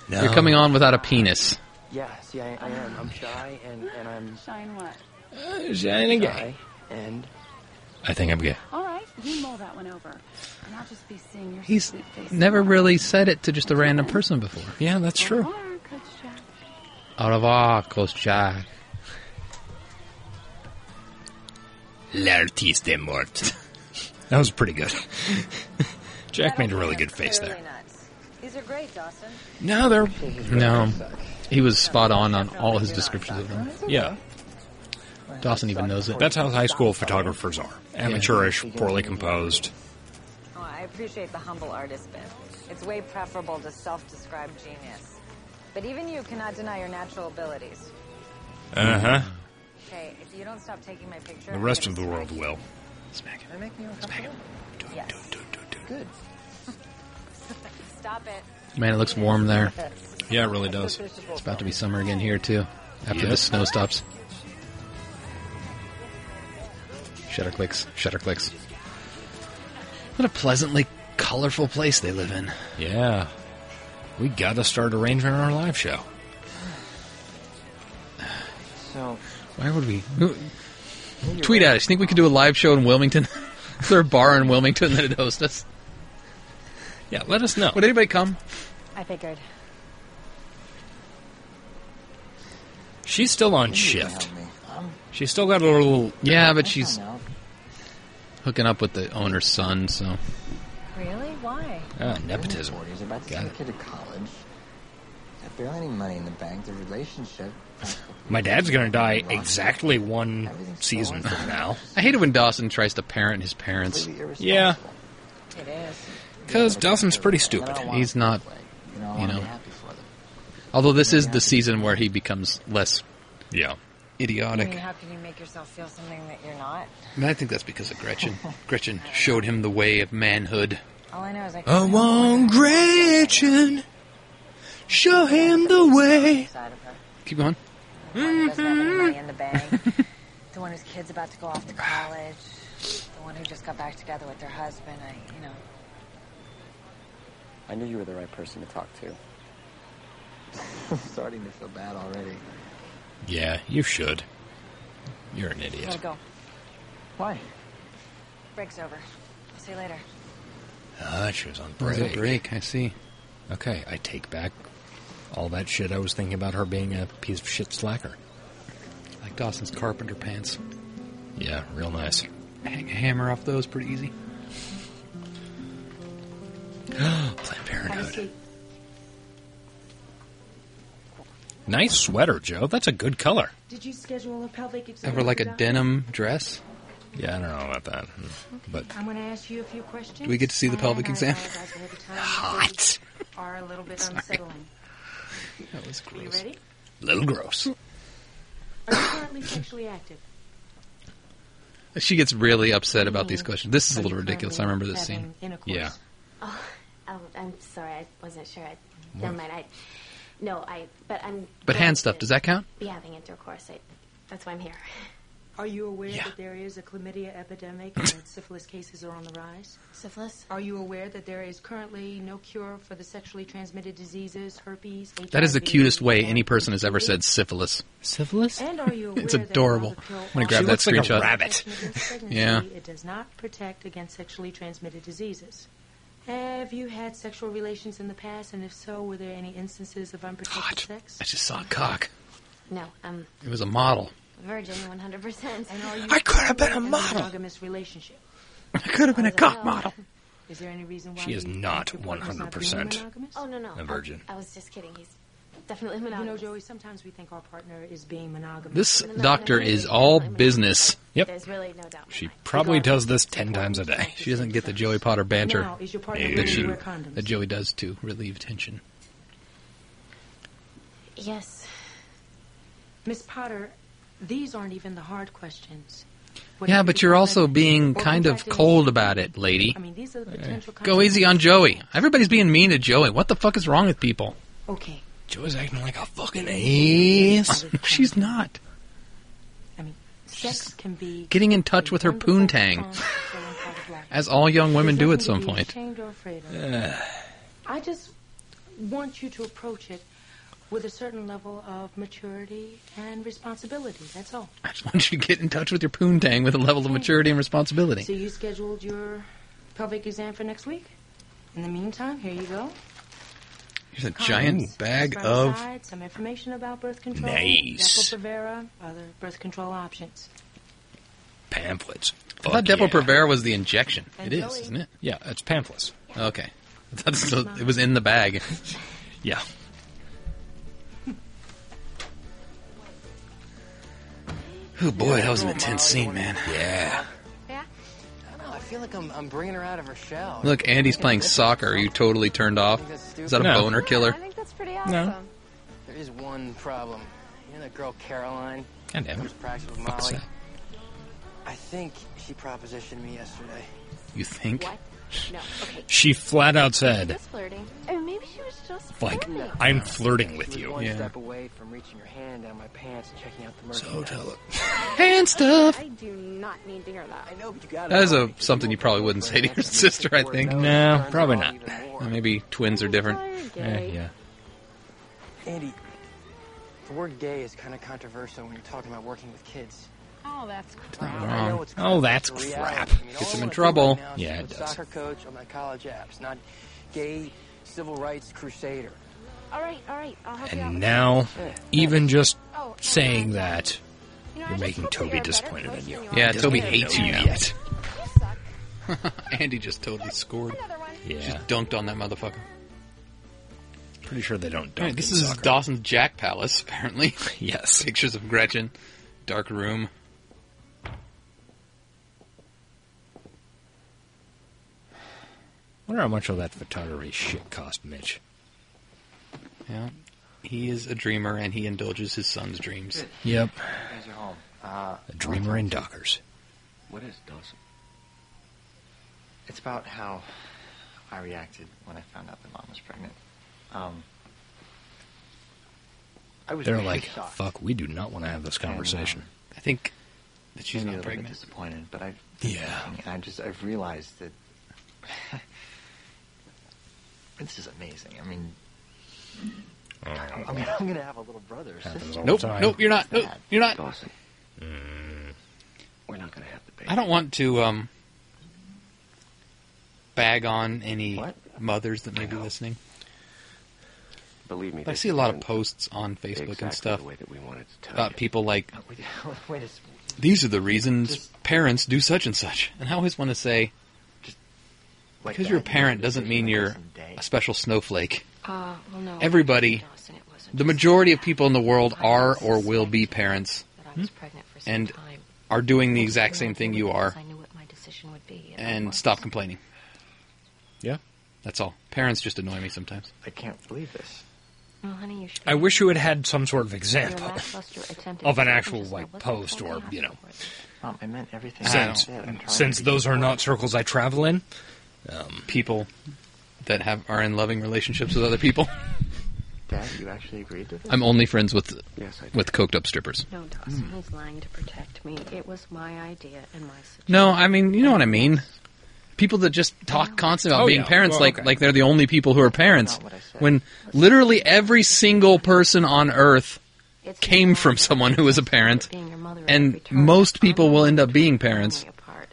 Speaker 1: No.
Speaker 2: You're coming on without a penis.
Speaker 11: yeah, see, I, I am. I'm shy and, and I'm
Speaker 13: Shine what?
Speaker 1: Shining
Speaker 11: guy. And
Speaker 1: I think I'm gay.
Speaker 13: All right, you mull that one over. And I'll just be seeing your
Speaker 2: He's
Speaker 13: sweet face.
Speaker 2: never really said it to just a random person before.
Speaker 1: Yeah, that's true.
Speaker 13: Or Coach Jack.
Speaker 2: Au revoir, Coach Jack.
Speaker 1: L'artiste est mort. *laughs* That was pretty good. *laughs* Jack made a really good face there.
Speaker 7: These are great, Dawson.
Speaker 1: No, they're
Speaker 2: No. He was spot on on all his descriptions of them.
Speaker 1: yeah.
Speaker 2: Dawson even knows it.
Speaker 1: That's how high school photographers are:
Speaker 2: Yeah.
Speaker 1: amateurish, poorly composed.
Speaker 7: Oh, I appreciate the humble artist bit. It's way preferable to self-described genius. But even you cannot deny your natural abilities.
Speaker 1: Uh huh.
Speaker 7: Okay, if you don't stop taking my picture,
Speaker 1: The rest of the world will.
Speaker 7: smack it. make me uncomfortable. yes. Good. stop it.
Speaker 2: Man, it looks warm there.
Speaker 1: Yeah, it really does.
Speaker 2: It's about to be summer again here too. After the
Speaker 1: Yes.
Speaker 2: snow stops. Shutter clicks. Shutter clicks. What a pleasantly colorful place they live in.
Speaker 1: Yeah. We gotta start arranging our live show.
Speaker 11: so
Speaker 2: Why would we? Who- Tweet at us. You think we could do a live show in Wilmington? *laughs* Is there a bar in Wilmington that'd host us?
Speaker 1: Yeah, let us know.
Speaker 2: Would anybody come?
Speaker 7: I figured.
Speaker 1: She's still on shift.
Speaker 11: Um,
Speaker 1: She's still got a little.
Speaker 2: Yeah, but she's hooking up with the owner's son, so.
Speaker 7: Really? Why?
Speaker 1: Ah, nepotism.
Speaker 11: Forties, about to
Speaker 1: Got
Speaker 11: send a kid to college. Got barely any money in the bank. The relationship.
Speaker 1: My dad's gonna die exactly one season from now.
Speaker 2: I hate it when Dawson tries to parent his parents.
Speaker 1: Yeah,
Speaker 7: It is.
Speaker 1: because Dawson's pretty stupid.
Speaker 2: He's not,
Speaker 11: You know, I
Speaker 2: you
Speaker 11: wanna be
Speaker 2: know.
Speaker 11: happy for them.
Speaker 2: Although this is the season where he becomes less
Speaker 1: Yeah.
Speaker 7: I mean,
Speaker 2: idiotic.
Speaker 7: how can you make yourself feel something that you're not?
Speaker 2: And I think that's because of Gretchen. Gretchen showed him the way of manhood.
Speaker 7: All I know is I
Speaker 1: I want Gretchen. Show him the way.
Speaker 7: Side of her.
Speaker 2: Keep going.
Speaker 1: *laughs*
Speaker 7: Doesn't have any money in the bank. The one whose kid's about to go off to college. The one who just got back together with their husband. I, you know.
Speaker 11: I knew you were the right person to talk to. I'm starting to feel bad already.
Speaker 1: Yeah, you should. You're an idiot.
Speaker 7: Gotta go.
Speaker 11: Why?
Speaker 7: Break's over. I'll see you later.
Speaker 1: Ah, she was on
Speaker 2: It was a
Speaker 1: break.
Speaker 2: break, I see.
Speaker 1: Okay, I take back all that shit I was thinking about her being a piece of shit slacker.
Speaker 2: Like Dawson's carpenter pants.
Speaker 1: Yeah, real nice.
Speaker 2: Hang a hammer off those pretty easy.
Speaker 1: Planned Parenthood. Nice sweater, Joe. That's a good color.
Speaker 14: Did you schedule a pelvic exam?
Speaker 2: Ever like a
Speaker 14: Doc?
Speaker 2: denim dress?
Speaker 1: Yeah, I don't know about that. Hmm. But
Speaker 14: I'm going to ask you a few questions.
Speaker 2: Do we get to see the
Speaker 14: I
Speaker 2: pelvic exam?
Speaker 14: apologize ahead of time.
Speaker 2: *laughs* Hot.
Speaker 14: They Are a little bit
Speaker 2: Sorry.
Speaker 14: unsettling.
Speaker 2: that was
Speaker 14: Are you
Speaker 2: gross.
Speaker 14: ready?
Speaker 1: Little gross.
Speaker 14: Are you currently sexually active?
Speaker 2: She gets really upset about
Speaker 14: Mm-hmm.
Speaker 2: these questions. This is a little ridiculous. I remember this scene. Yeah.
Speaker 9: *laughs* Oh, oh I'm sorry. I wasn't sure. I, never mind. I, no, I. But I'm.
Speaker 2: But hand stuff, does that count?
Speaker 9: Be having intercourse. I, that's why I'm here.
Speaker 14: Are you aware that there is a chlamydia
Speaker 2: *laughs*
Speaker 14: epidemic and that syphilis cases are on the rise?
Speaker 9: Syphilis?
Speaker 14: Are you aware that there is currently no cure for the sexually transmitted diseases, herpes, HIV?
Speaker 2: That is the cutest way any person has ever said syphilis. Syphilis?
Speaker 14: And are you aware
Speaker 2: *laughs* it's
Speaker 14: that while
Speaker 2: adorable.
Speaker 14: the pill
Speaker 2: I'm gonna grab
Speaker 14: offers
Speaker 2: that
Speaker 1: She looks
Speaker 2: screenshot.
Speaker 1: like a
Speaker 2: *laughs*
Speaker 1: rabbit.
Speaker 14: protection against pregnancy,
Speaker 2: yeah.
Speaker 14: It does not protect against sexually transmitted diseases. Have you had sexual relations in the past, and if so, were there any instances of unprotected sex?
Speaker 2: I just saw a cock.
Speaker 9: No, um, I'm
Speaker 2: It was a model.
Speaker 9: virgin 100%.
Speaker 14: And are you
Speaker 9: I could have been a
Speaker 14: in
Speaker 9: model.
Speaker 14: monogamous relationship?
Speaker 2: I could have been a cock model.
Speaker 14: Is there any reason why
Speaker 1: She is
Speaker 14: you
Speaker 1: not
Speaker 14: think your partner's not being
Speaker 1: 100%
Speaker 14: monogamous?
Speaker 9: Oh, no, no.
Speaker 1: A virgin.
Speaker 9: I, I was just kidding. He's definitely monogamous.
Speaker 14: You know, Joey, sometimes we think our partner is being monogamous.
Speaker 2: This doctor is all business.
Speaker 1: Yep.
Speaker 9: There's really no doubt.
Speaker 1: She probably does this ten times a day.
Speaker 2: She doesn't get the Joey Potter banter
Speaker 14: Now, is your partner
Speaker 2: that,
Speaker 14: willing to
Speaker 2: she,
Speaker 14: wear condoms?
Speaker 2: that Joey does to relieve tension.
Speaker 9: Yes.
Speaker 14: Miss Potter, these aren't even the hard questions. What
Speaker 2: Yeah,
Speaker 14: have
Speaker 2: but
Speaker 14: you
Speaker 2: you're also
Speaker 14: decided?
Speaker 2: being
Speaker 14: Or
Speaker 2: kind of
Speaker 14: contracted-
Speaker 2: cold about it, lady.
Speaker 14: I mean, these are the potential
Speaker 2: Go easy on Joey. Everybody's being mean to Joey. What the fuck is wrong with people?
Speaker 14: Okay.
Speaker 1: Joey's acting like a
Speaker 14: *laughs*
Speaker 1: fucking
Speaker 2: ace. She's not.
Speaker 14: I mean, sex can be
Speaker 2: Getting in touch with her poontang. *laughs* As all young women do at
Speaker 14: There's nothing
Speaker 2: some
Speaker 14: to be
Speaker 2: point. *laughs*
Speaker 14: ashamed or afraid of.
Speaker 2: Ugh. *sighs*
Speaker 14: I just want you to approach it with a certain level of maturity and responsibility. That's all.
Speaker 2: I just want you to get in touch with your poontang with a level of maturity and responsibility.
Speaker 14: So you scheduled your pelvic exam for next week. In the meantime, here you go.
Speaker 2: Here's a
Speaker 14: Condoms,
Speaker 2: giant bag of.
Speaker 14: spermicide, some information about birth control.
Speaker 2: Nice.
Speaker 14: Depo-Provera, other birth control options.
Speaker 1: Pamphlets.
Speaker 2: I thought
Speaker 1: Fuck
Speaker 2: Depo Provera was the injection. It is,
Speaker 14: Joey.
Speaker 2: isn't it?
Speaker 1: Yeah, it's pamphlets.
Speaker 2: Okay. *laughs* I thought so- it was in the bag. *laughs*
Speaker 1: yeah.
Speaker 2: Oh boy, that was an intense scene, man. Yeah.
Speaker 15: I don't know. I feel like I'm, I'm bringing her out of her shell.
Speaker 2: Look, Andy's playing soccer. Are you totally turned off? Is that a
Speaker 1: No.
Speaker 2: boner killer? *laughs*
Speaker 15: I think that's pretty awesome.
Speaker 2: No.
Speaker 15: There is one problem. You know that girl Caroline?
Speaker 1: God damn it.
Speaker 15: Comes to practice with
Speaker 1: Fuck's
Speaker 15: Molly.
Speaker 1: that?
Speaker 15: I think she propositioned me yesterday.
Speaker 1: You think?
Speaker 15: No. Okay.
Speaker 1: She flat out said,
Speaker 15: flirting.
Speaker 6: Or maybe she was just
Speaker 1: like,
Speaker 6: flirting.
Speaker 1: I'm flirting with
Speaker 15: She was
Speaker 1: you.
Speaker 15: One step away from reaching her hand down my pants and checking out the merchandise.
Speaker 1: tell her.
Speaker 2: Hand stuff.
Speaker 6: I do not need to hear that. I know, but you got
Speaker 2: That is a something you probably wouldn't say to your sister, I think.
Speaker 1: No, probably not.
Speaker 2: Or maybe twins are different.
Speaker 15: Eh, yeah. Andy, the word gay is kind of controversial when you're talking about working with kids.
Speaker 13: Oh, that's
Speaker 2: Um,
Speaker 15: I know it's
Speaker 1: Oh, that's
Speaker 15: it's a
Speaker 1: crap.
Speaker 15: reality. I mean, all
Speaker 1: Gets
Speaker 15: I
Speaker 1: him in
Speaker 15: wanna do
Speaker 1: trouble.
Speaker 15: right now is
Speaker 1: Yeah, it
Speaker 15: be a
Speaker 1: does.
Speaker 15: Soccer coach on my college apps, not gay civil rights crusader.
Speaker 6: All right, all right. I'll help you out.
Speaker 1: And
Speaker 6: with
Speaker 1: now,
Speaker 6: that.
Speaker 1: even just
Speaker 6: Oh, and,
Speaker 1: saying
Speaker 6: uh,
Speaker 1: that,
Speaker 6: you know, I
Speaker 1: you're
Speaker 6: just
Speaker 1: making
Speaker 6: hope that
Speaker 1: Toby
Speaker 6: you're a better
Speaker 1: disappointed
Speaker 6: coach
Speaker 1: in you.
Speaker 6: than
Speaker 2: Yeah,
Speaker 1: Doesn't
Speaker 2: Toby
Speaker 1: even
Speaker 2: hates
Speaker 1: know
Speaker 2: you now.
Speaker 1: yet.
Speaker 2: Andy just totally scored.
Speaker 1: Yeah.
Speaker 2: Just dunked on that motherfucker.
Speaker 1: Pretty sure they don't.
Speaker 2: All right,
Speaker 1: dunk
Speaker 2: this
Speaker 1: in
Speaker 2: is
Speaker 1: soccer.
Speaker 2: Dawson's Jack Palace, *laughs* apparently.
Speaker 1: yes.
Speaker 2: Pictures of Gretchen. Dark room.
Speaker 1: Wonder how much all that photography shit cost Mitch.
Speaker 2: Yeah. He is a dreamer and he indulges his son's dreams.
Speaker 1: Yep.
Speaker 11: You guys are home. Uh,
Speaker 1: A dreamer in Dockers.
Speaker 11: What is Dawson? It's about how I reacted when I found out that mom was pregnant. Um, I was
Speaker 1: They're
Speaker 11: really
Speaker 1: like,
Speaker 11: shocked. um,
Speaker 1: fuck, we do not want to have this conversation.
Speaker 2: I think
Speaker 11: that she's
Speaker 2: Maybe
Speaker 11: not
Speaker 2: a little bit
Speaker 11: pregnant. disappointed, but I yeah, I, mean, I just I've realized that *laughs* this is amazing. I mean, I am I'm gonna have a little brother. or sister.
Speaker 2: Nope, nope, you're not. Nope, you're not.
Speaker 11: We're not gonna have the baby.
Speaker 2: I don't want to um, bag on any mothers that may be listening.
Speaker 8: Believe me,
Speaker 2: I
Speaker 8: this
Speaker 2: see a lot of
Speaker 8: isn't
Speaker 2: posts on Facebook
Speaker 8: exactly
Speaker 2: and stuff
Speaker 8: The way that we wanted to tell
Speaker 2: about
Speaker 8: you.
Speaker 2: people like
Speaker 11: *laughs* Wait a s-
Speaker 2: these are the reasons parents do such and such. And I always want to say,
Speaker 11: like
Speaker 2: because you're a
Speaker 11: that,
Speaker 2: parent doesn't mean you're a special snowflake.
Speaker 9: Uh, well, no.
Speaker 2: Everybody,
Speaker 9: Dawson, it wasn't
Speaker 2: the majority of people in the world are or will be parents
Speaker 9: that I was pregnant for some
Speaker 2: and
Speaker 9: time.
Speaker 2: are doing the exact same thing you are
Speaker 9: I knew what my decision would be.
Speaker 2: and stop complaining.
Speaker 1: Yeah.
Speaker 2: That's all. Parents just annoy me sometimes.
Speaker 11: I can't believe this.
Speaker 9: Well, honey, you should.
Speaker 1: I wish you had had some sort of example
Speaker 9: Your lackluster attempt at
Speaker 1: of an
Speaker 9: acceptance
Speaker 1: actual
Speaker 9: is
Speaker 1: like
Speaker 9: not
Speaker 1: post or you know
Speaker 11: Mom, Um, I meant everything. I
Speaker 1: since
Speaker 11: said. I'm trying
Speaker 1: since
Speaker 11: to be-
Speaker 1: those are not circles I travel in.
Speaker 2: Um, people that have are in loving relationships with other people.
Speaker 11: Dad, you actually agreed to this.
Speaker 2: I'm only friends with
Speaker 11: Yes, I do.
Speaker 2: with coked up strippers.
Speaker 9: No,
Speaker 2: Hmm.
Speaker 9: Dawson, he's lying to protect me. It was my idea and my situation.
Speaker 2: No, I mean you know what I mean. People that just talk constantly about
Speaker 9: Oh,
Speaker 2: being
Speaker 9: yeah.
Speaker 2: parents,
Speaker 9: Well,
Speaker 2: like
Speaker 9: okay.
Speaker 2: like they're the only people who are parents. When literally every single person on earth came from someone who was a parent, and most people will end up being parents.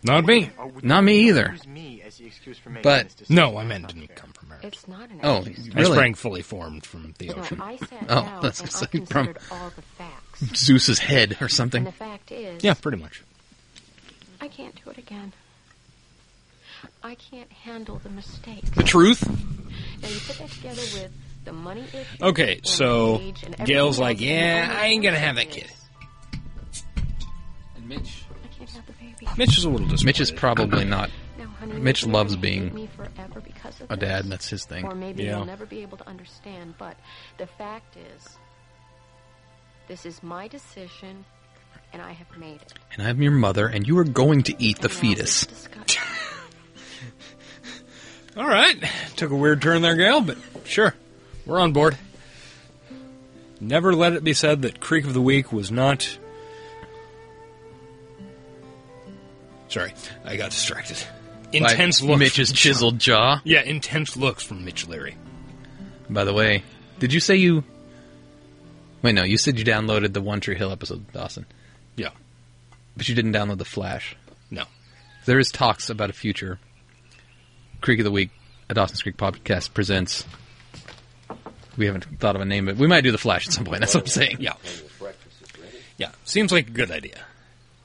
Speaker 1: Not me.
Speaker 2: Not me either.
Speaker 11: me as the excuse for making
Speaker 2: But
Speaker 11: this decision.
Speaker 1: No, I meant didn't come from marriage.
Speaker 9: It's not an
Speaker 2: Oh,
Speaker 9: excuse.
Speaker 1: I
Speaker 2: really?
Speaker 1: sprang fully formed from the
Speaker 9: No,
Speaker 2: *laughs*
Speaker 1: ocean.
Speaker 9: I sat
Speaker 2: Oh,
Speaker 9: down
Speaker 2: that's
Speaker 9: and
Speaker 2: the
Speaker 9: I
Speaker 2: same from-
Speaker 9: considered all the
Speaker 2: *laughs*
Speaker 9: facts.
Speaker 2: Zeus's head or
Speaker 9: And
Speaker 2: something.
Speaker 9: the fact is,
Speaker 1: Yeah, pretty much.
Speaker 9: I can't do it again. I can't handle the
Speaker 2: *laughs*
Speaker 9: mistakes.
Speaker 2: The truth?
Speaker 9: Now you put that together with the money issue.
Speaker 1: Okay, so
Speaker 9: age and everything
Speaker 1: Gail's like,
Speaker 9: else,
Speaker 1: yeah,
Speaker 9: and the
Speaker 1: I ain't gonna have that
Speaker 9: consequences.
Speaker 1: kid.
Speaker 2: And Mitch.
Speaker 9: I can't have the baby.
Speaker 1: Mitch is a little disappointed.
Speaker 2: Mitch is probably not.
Speaker 9: No, honey,
Speaker 2: Mitch
Speaker 9: you're
Speaker 2: loves
Speaker 9: gonna hate
Speaker 2: being
Speaker 9: me forever because of
Speaker 2: a
Speaker 9: this.
Speaker 2: dad, and that's his thing.
Speaker 9: Or maybe
Speaker 2: Yeah.
Speaker 9: you'll never be able to understand. But the fact is, this is my decision, and I have made it.
Speaker 2: and I'm your mother, and you are going to eat the fetus. *laughs*
Speaker 1: All right, took a weird turn there, Gail, but sure, we're on board. Never let it be said that Creek of the Week was not. Sorry, I got distracted. Intense
Speaker 2: By
Speaker 1: looks.
Speaker 2: Mitch's
Speaker 1: from-
Speaker 2: chiseled jaw.
Speaker 1: Yeah, intense looks from Mitch Leary.
Speaker 2: By the way, did you say you? Wait, no. You said you downloaded the One Tree Hill episode, Dawson.
Speaker 1: Yeah.
Speaker 2: but you didn't download the Flash.
Speaker 1: No.
Speaker 2: There is talks about a future Creek of the Week, a Dawson's Creek podcast presents. We haven't thought of a name, but we might do the Flash at some point. That's what *laughs* I'm saying.
Speaker 1: Yeah. Yeah, seems like a good idea.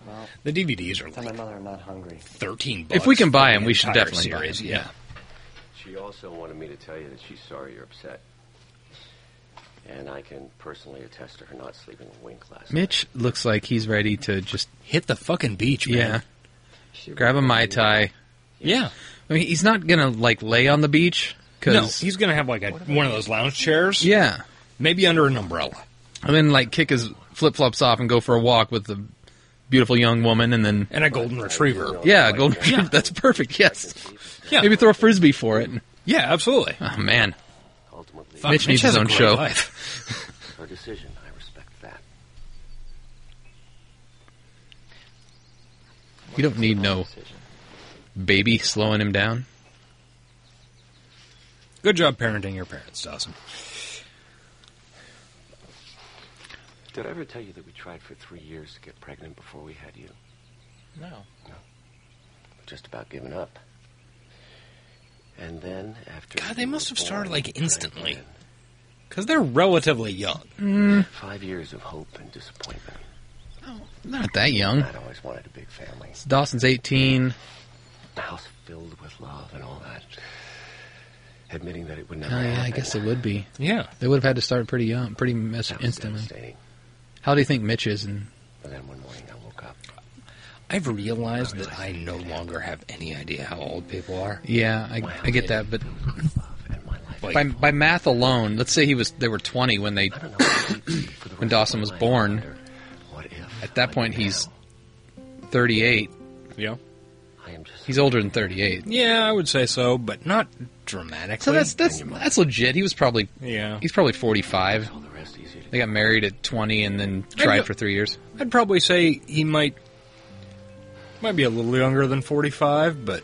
Speaker 11: Well,
Speaker 1: The DVDs are
Speaker 11: tell
Speaker 1: like
Speaker 11: my mother I'm not hungry.
Speaker 1: thirteen bucks.
Speaker 2: If we can buy
Speaker 1: for the
Speaker 2: them, we should
Speaker 1: entire
Speaker 2: definitely buy
Speaker 1: series,
Speaker 2: them,
Speaker 1: Yeah.
Speaker 8: She also wanted me to tell you that she's sorry you're upset. And I can personally attest to her not sleeping a wink last
Speaker 2: Mitch looks like he's ready to just
Speaker 1: hit the fucking beach.
Speaker 2: Yeah, grab a mai tai.
Speaker 1: Yeah,
Speaker 2: I mean he's not gonna like lay on the beach
Speaker 1: No,
Speaker 2: because
Speaker 1: he's gonna have like a, one of those lounge chairs.
Speaker 2: yeah,
Speaker 1: maybe under an umbrella.
Speaker 2: and then like kick his flip flops off and go for a walk with the beautiful young woman, and then
Speaker 1: and a golden retriever.
Speaker 2: Yeah, golden. *laughs* That's perfect. Yes.
Speaker 1: Yeah.
Speaker 2: Maybe throw a frisbee for it.
Speaker 1: Yeah, absolutely.
Speaker 2: Oh man.
Speaker 8: Ultimately,
Speaker 2: Uh, Mitch, needs his own show.
Speaker 8: Her decision, I respect that.
Speaker 2: You don't need no baby slowing him down.
Speaker 1: *laughs* Good job parenting your parents, Dawson.
Speaker 8: Did I ever tell you that we tried for three years to get pregnant before we had you?
Speaker 2: No.
Speaker 8: Just about given up. And then after
Speaker 1: God, they must have started like instantly because they're relatively young.
Speaker 8: five years of hope and disappointment,
Speaker 2: Not that young.
Speaker 8: I'd always wanted a big family,
Speaker 2: Dawson's 18.
Speaker 8: a house filled with love and all that. Admitting that it would
Speaker 2: Oh,
Speaker 8: never
Speaker 2: yeah,
Speaker 8: happen.
Speaker 2: I guess it would be.
Speaker 1: Yeah.
Speaker 2: They would have had to start pretty young, pretty mes- instantly. How do you think Mitch is? And
Speaker 8: But then one morning I woke up.
Speaker 1: I've realized that I no longer have any idea how old people are.
Speaker 2: yeah, I, I get that, but
Speaker 1: Like,
Speaker 2: by by math alone, let's say he was they were 20 when they when Dawson was born. At that point, he's 38.
Speaker 1: Yeah.
Speaker 2: He's older than 38.
Speaker 1: yeah, I would say so, but not dramatically.
Speaker 2: So that's that's that's legit. He was probably
Speaker 1: Yeah.
Speaker 2: He's probably forty five. They got married at twenty and then
Speaker 1: I
Speaker 2: tried
Speaker 1: know-
Speaker 2: for three years.
Speaker 1: I'd probably say he might Might be a little younger than 45, but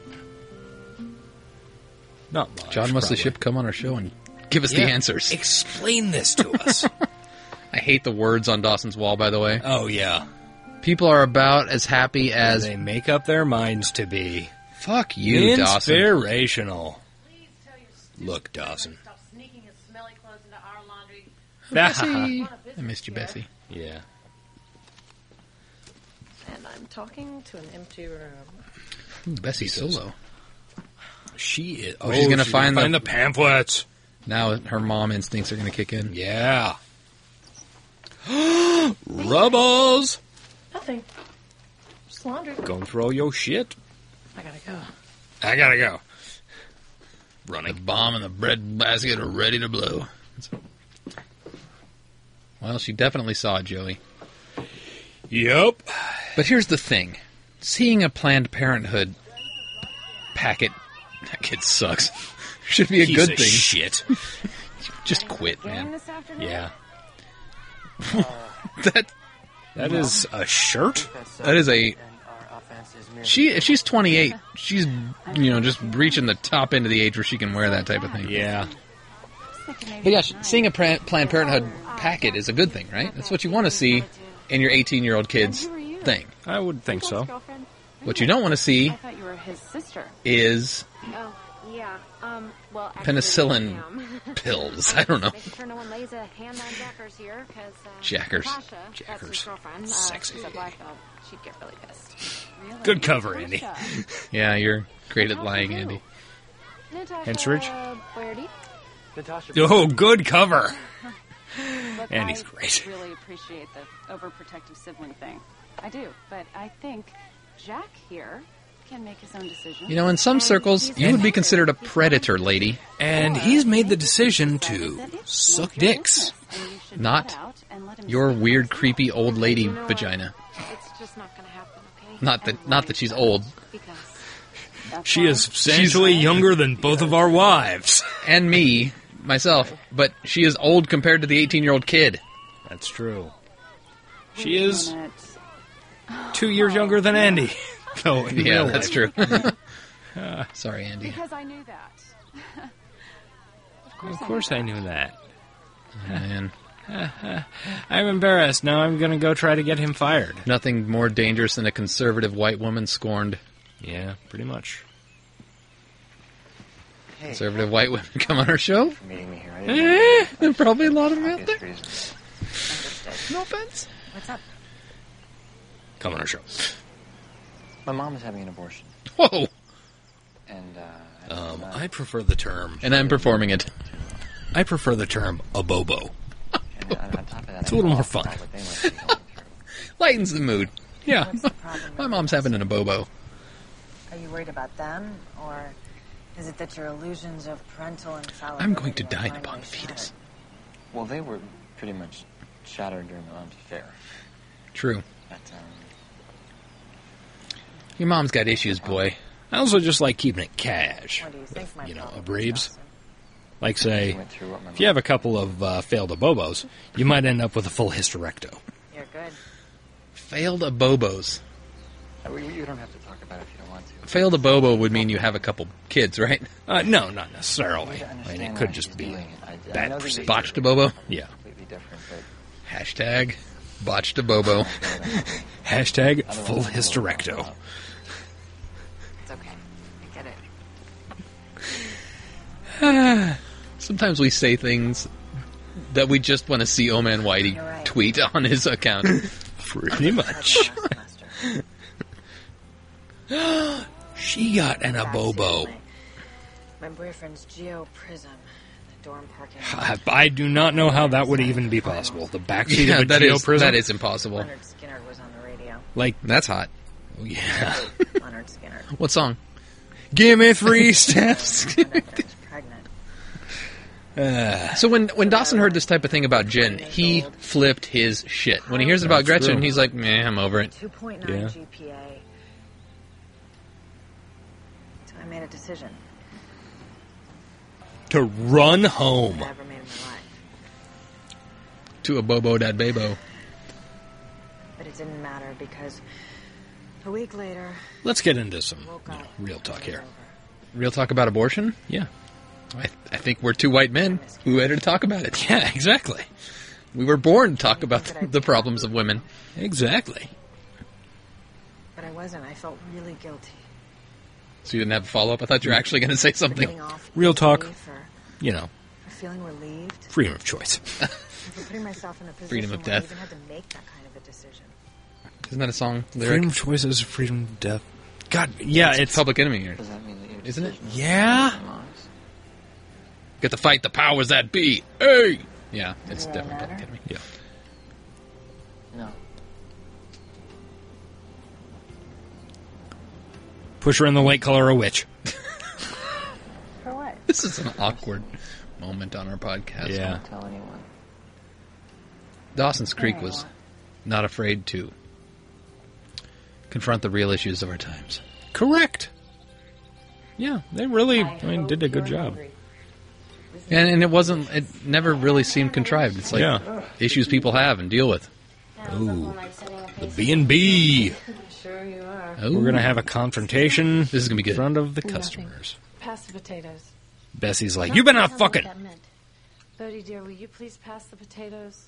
Speaker 1: not much.
Speaker 2: John must
Speaker 1: probably.
Speaker 2: have ship come on our show and give us
Speaker 1: Yeah.
Speaker 2: the answers.
Speaker 1: Explain this to us.
Speaker 2: I hate the words on Dawson's Wall, by the way.
Speaker 1: *laughs* Oh yeah,
Speaker 2: people are about as happy as
Speaker 1: they make up their minds to be.
Speaker 2: Fuck you, Dawson.
Speaker 1: Inspirational. Look, Dawson. *laughs*
Speaker 2: Bessie. I missed you, Bessie.
Speaker 1: Yeah.
Speaker 12: And I'm talking to an empty room.
Speaker 2: Ooh, Bessie Solo.
Speaker 1: She is.
Speaker 2: Oh, she's gonna find
Speaker 1: find
Speaker 2: the-
Speaker 1: the pamphlets.
Speaker 2: Now her mom instincts are going to kick in. *gasps*
Speaker 1: Yeah. Rubbles.
Speaker 12: Nothing. Just laundry.
Speaker 1: Go throw your shit.
Speaker 12: I gotta
Speaker 7: *sighs*
Speaker 12: go.
Speaker 1: I gotta go.
Speaker 2: Running. The bomb and the bread basket are ready to blow. Well, she definitely saw it, Joey.
Speaker 1: Yep.
Speaker 2: But here's the thing seeing a Planned Parenthood packet. That kid sucks. *laughs* Should be a
Speaker 1: Piece
Speaker 2: good
Speaker 1: of
Speaker 2: thing.
Speaker 1: Shit.
Speaker 2: Just quit, man.
Speaker 1: Yeah.
Speaker 2: That
Speaker 1: That is a shirt.
Speaker 2: that is a
Speaker 15: Offense is merely
Speaker 2: She if she's 28, she's you know just reaching the top end of the age where she can wear that type of thing.
Speaker 1: Yeah.
Speaker 2: But yeah, sh- seeing a Pla- Planned Parenthood packet is a good thing, right? That's what you want to see in your 18 year old kid's thing.
Speaker 1: I would think so.
Speaker 6: Girlfriend?
Speaker 2: What you don't want to see
Speaker 6: I thought you were his sister.
Speaker 2: is
Speaker 6: Oh, yeah. Um, well, actually,
Speaker 2: penicillin
Speaker 6: I am.
Speaker 9: *laughs*
Speaker 2: pills. *laughs* I don't know.
Speaker 6: Make sure no one lays a hand on Jackers here, because uh,
Speaker 2: Jackers.
Speaker 6: Natasha, that's his
Speaker 2: Jackers.
Speaker 6: girlfriend. Uh,
Speaker 2: Sexy.
Speaker 6: She's a black belt. She'd get really pissed. Really?
Speaker 1: Good cover, Andy.
Speaker 2: Yeah, you're *laughs* great at lying, Andy.
Speaker 6: Natasha
Speaker 1: Henceridge?
Speaker 6: Boyardee?
Speaker 15: Natasha.
Speaker 1: Oh, good cover.
Speaker 16: Look,
Speaker 1: And he's
Speaker 16: I
Speaker 1: great.
Speaker 16: really appreciate the overprotective sibling thing. I do, but I think Jack here can make his own decision.
Speaker 2: You know, in some
Speaker 16: And
Speaker 2: circles,
Speaker 16: he's
Speaker 2: you would be
Speaker 16: attractive.
Speaker 2: considered a predator, lady.
Speaker 1: And he's made the decision to suck dicks.
Speaker 2: Not your weird, creepy old lady vagina.
Speaker 6: It's just not going to happen, okay?
Speaker 2: Not that, not that she's old.
Speaker 6: Because
Speaker 1: She is substantially younger than both of our wives.
Speaker 2: and me, myself, but she is old compared to the 18 year old kid.
Speaker 1: That's true. She is two years younger than *laughs* Andy. Though in
Speaker 2: Yeah,
Speaker 1: real
Speaker 2: that's
Speaker 1: life.
Speaker 2: true. *laughs* Sorry, Andy.
Speaker 16: Because I knew that. of course,
Speaker 1: Of course I knew that.
Speaker 2: Man.
Speaker 1: I'm embarrassed. Now I'm going to go try to get him fired.
Speaker 2: Nothing more dangerous than a conservative white woman scorned.
Speaker 1: Yeah, pretty much.
Speaker 2: Conservative white women *laughs* come on our show?
Speaker 15: meeting me here. I didn't know
Speaker 1: *laughs*
Speaker 2: Eh, there are probably a lot of them out there.
Speaker 15: obvious reasons.
Speaker 2: No offense.
Speaker 16: What's up?
Speaker 1: Come on our show.
Speaker 15: My mom is having an abortion,
Speaker 2: Whoa!
Speaker 15: and uh,
Speaker 1: Um, I prefer the term.
Speaker 2: And I'm performing it.
Speaker 1: I prefer the term a bobo.
Speaker 15: and on on top of that,
Speaker 1: It's a
Speaker 15: I
Speaker 1: little
Speaker 15: know
Speaker 1: more fun.
Speaker 15: what they must be going through.
Speaker 2: Lightens the mood. Yeah.
Speaker 7: What's the problem?
Speaker 2: *laughs* My mom's having an abobo.
Speaker 7: Are you worried about them, or is it that your illusions of parental infallibility?
Speaker 2: I'm going to
Speaker 7: are
Speaker 2: dine
Speaker 7: finally
Speaker 2: upon the
Speaker 7: shattered?
Speaker 2: fetus.
Speaker 15: Well, they were pretty much shattered during my mom's affair.
Speaker 2: True.
Speaker 15: But, um,
Speaker 2: Your mom's got issues, boy.
Speaker 1: I also just like keeping it cash.
Speaker 7: What do you think, my
Speaker 1: You know,
Speaker 7: problem is,
Speaker 1: abreves.
Speaker 7: Dawson?
Speaker 1: Like, say, if you have a couple of uh, failed abobos, you might end up with a full hysterecto.
Speaker 7: You're good.
Speaker 2: Failed abobos.
Speaker 15: we, you don't have to talk about it if you don't want to.
Speaker 2: Failed abobo would mean you have a couple kids, right?
Speaker 1: Uh, no, not necessarily. I mean, it could just be bad procedure.
Speaker 2: Botched abobo?
Speaker 1: Yeah.
Speaker 15: Completely different, but
Speaker 2: Hashtag botched abobo.
Speaker 1: Hashtag full hysterecto.
Speaker 7: It's okay. I get it.
Speaker 2: Sometimes we say things that we just want to see O Man Whitey tweet on his
Speaker 1: *laughs*
Speaker 2: account.
Speaker 1: Pretty much. *gasps* she got an abobo.
Speaker 7: My boyfriend's Geo Prism in the dorm parking lot.
Speaker 1: I, I do not know how that would even be possible. The backseat
Speaker 2: Yeah,
Speaker 1: of a
Speaker 2: that
Speaker 1: Geo
Speaker 2: is-
Speaker 1: Prism?
Speaker 2: that is impossible.
Speaker 7: Leonard Skinner was on the radio.
Speaker 1: Like,
Speaker 2: That's hot.
Speaker 1: oh, yeah.
Speaker 7: Leonard Skinner. *laughs*
Speaker 2: What song?
Speaker 1: Give me *laughs* three steps.
Speaker 7: Pregnant.
Speaker 2: So when when Dawson heard this type of thing about Jen, he flipped his shit. When he hears about
Speaker 1: That's
Speaker 2: Gretchen,
Speaker 1: true.
Speaker 2: he's like, "Meh, I'm over it."
Speaker 7: 2.9
Speaker 2: Yeah.
Speaker 7: GPA. So I made a decision.
Speaker 1: to run home.
Speaker 7: I ever made in my life.
Speaker 2: To a bobo dad babo.
Speaker 7: But it didn't matter because A week later,
Speaker 1: Let's get into some you know, real talk here.
Speaker 2: Real talk about abortion?
Speaker 1: Yeah.
Speaker 2: I, I think we're two white men who had to talk about it.
Speaker 1: Yeah, exactly.
Speaker 2: We were born to talk about *laughs* the, the problems of women.
Speaker 1: Exactly.
Speaker 7: but I wasn't. I felt really guilty.
Speaker 2: So you didn't have a follow up? I thought you were actually going to say something.
Speaker 7: Getting off
Speaker 1: Real talk.
Speaker 7: for,
Speaker 1: You know,
Speaker 7: for feeling relieved.
Speaker 1: freedom of choice.
Speaker 7: and For putting myself in a position
Speaker 2: Freedom of
Speaker 7: where I
Speaker 2: death.
Speaker 7: even had to make that kind of a decision.
Speaker 2: Isn't that a song lyric?
Speaker 1: freedom of choice is freedom of death. God, yeah, it's,
Speaker 2: Public Enemy here,
Speaker 11: Does that mean that you're
Speaker 2: isn't it?
Speaker 1: Yeah.
Speaker 2: Get to fight the powers that be. Hey. Yeah, it's
Speaker 11: Does it
Speaker 2: definitely
Speaker 11: matter?
Speaker 2: Public Enemy.
Speaker 1: Yeah.
Speaker 11: No.
Speaker 1: Push her in the light color a witch.
Speaker 7: For what?
Speaker 2: This is an awkward moment on our podcast.
Speaker 1: Yeah.
Speaker 11: Don't tell anyone.
Speaker 2: Dawson's Creek was not afraid to confront the real issues of our times.
Speaker 1: Correct. Yeah, they really I mean, did a good job.
Speaker 2: And, and it wasn't, it never really seemed contrived. It's like
Speaker 1: Yeah.
Speaker 2: issues people have and deal with.
Speaker 1: Ooh, the B and B.
Speaker 17: Sure you are.
Speaker 1: We're gonna have a confrontation. This
Speaker 2: is gonna be good.
Speaker 1: in front of the customers.
Speaker 17: Pass the potatoes.
Speaker 1: Bessie's like,
Speaker 17: Not
Speaker 1: "You been
Speaker 17: tell
Speaker 1: out
Speaker 17: me what
Speaker 1: fucking."
Speaker 17: that meant.
Speaker 9: Bodie, dear, will you please pass the potatoes?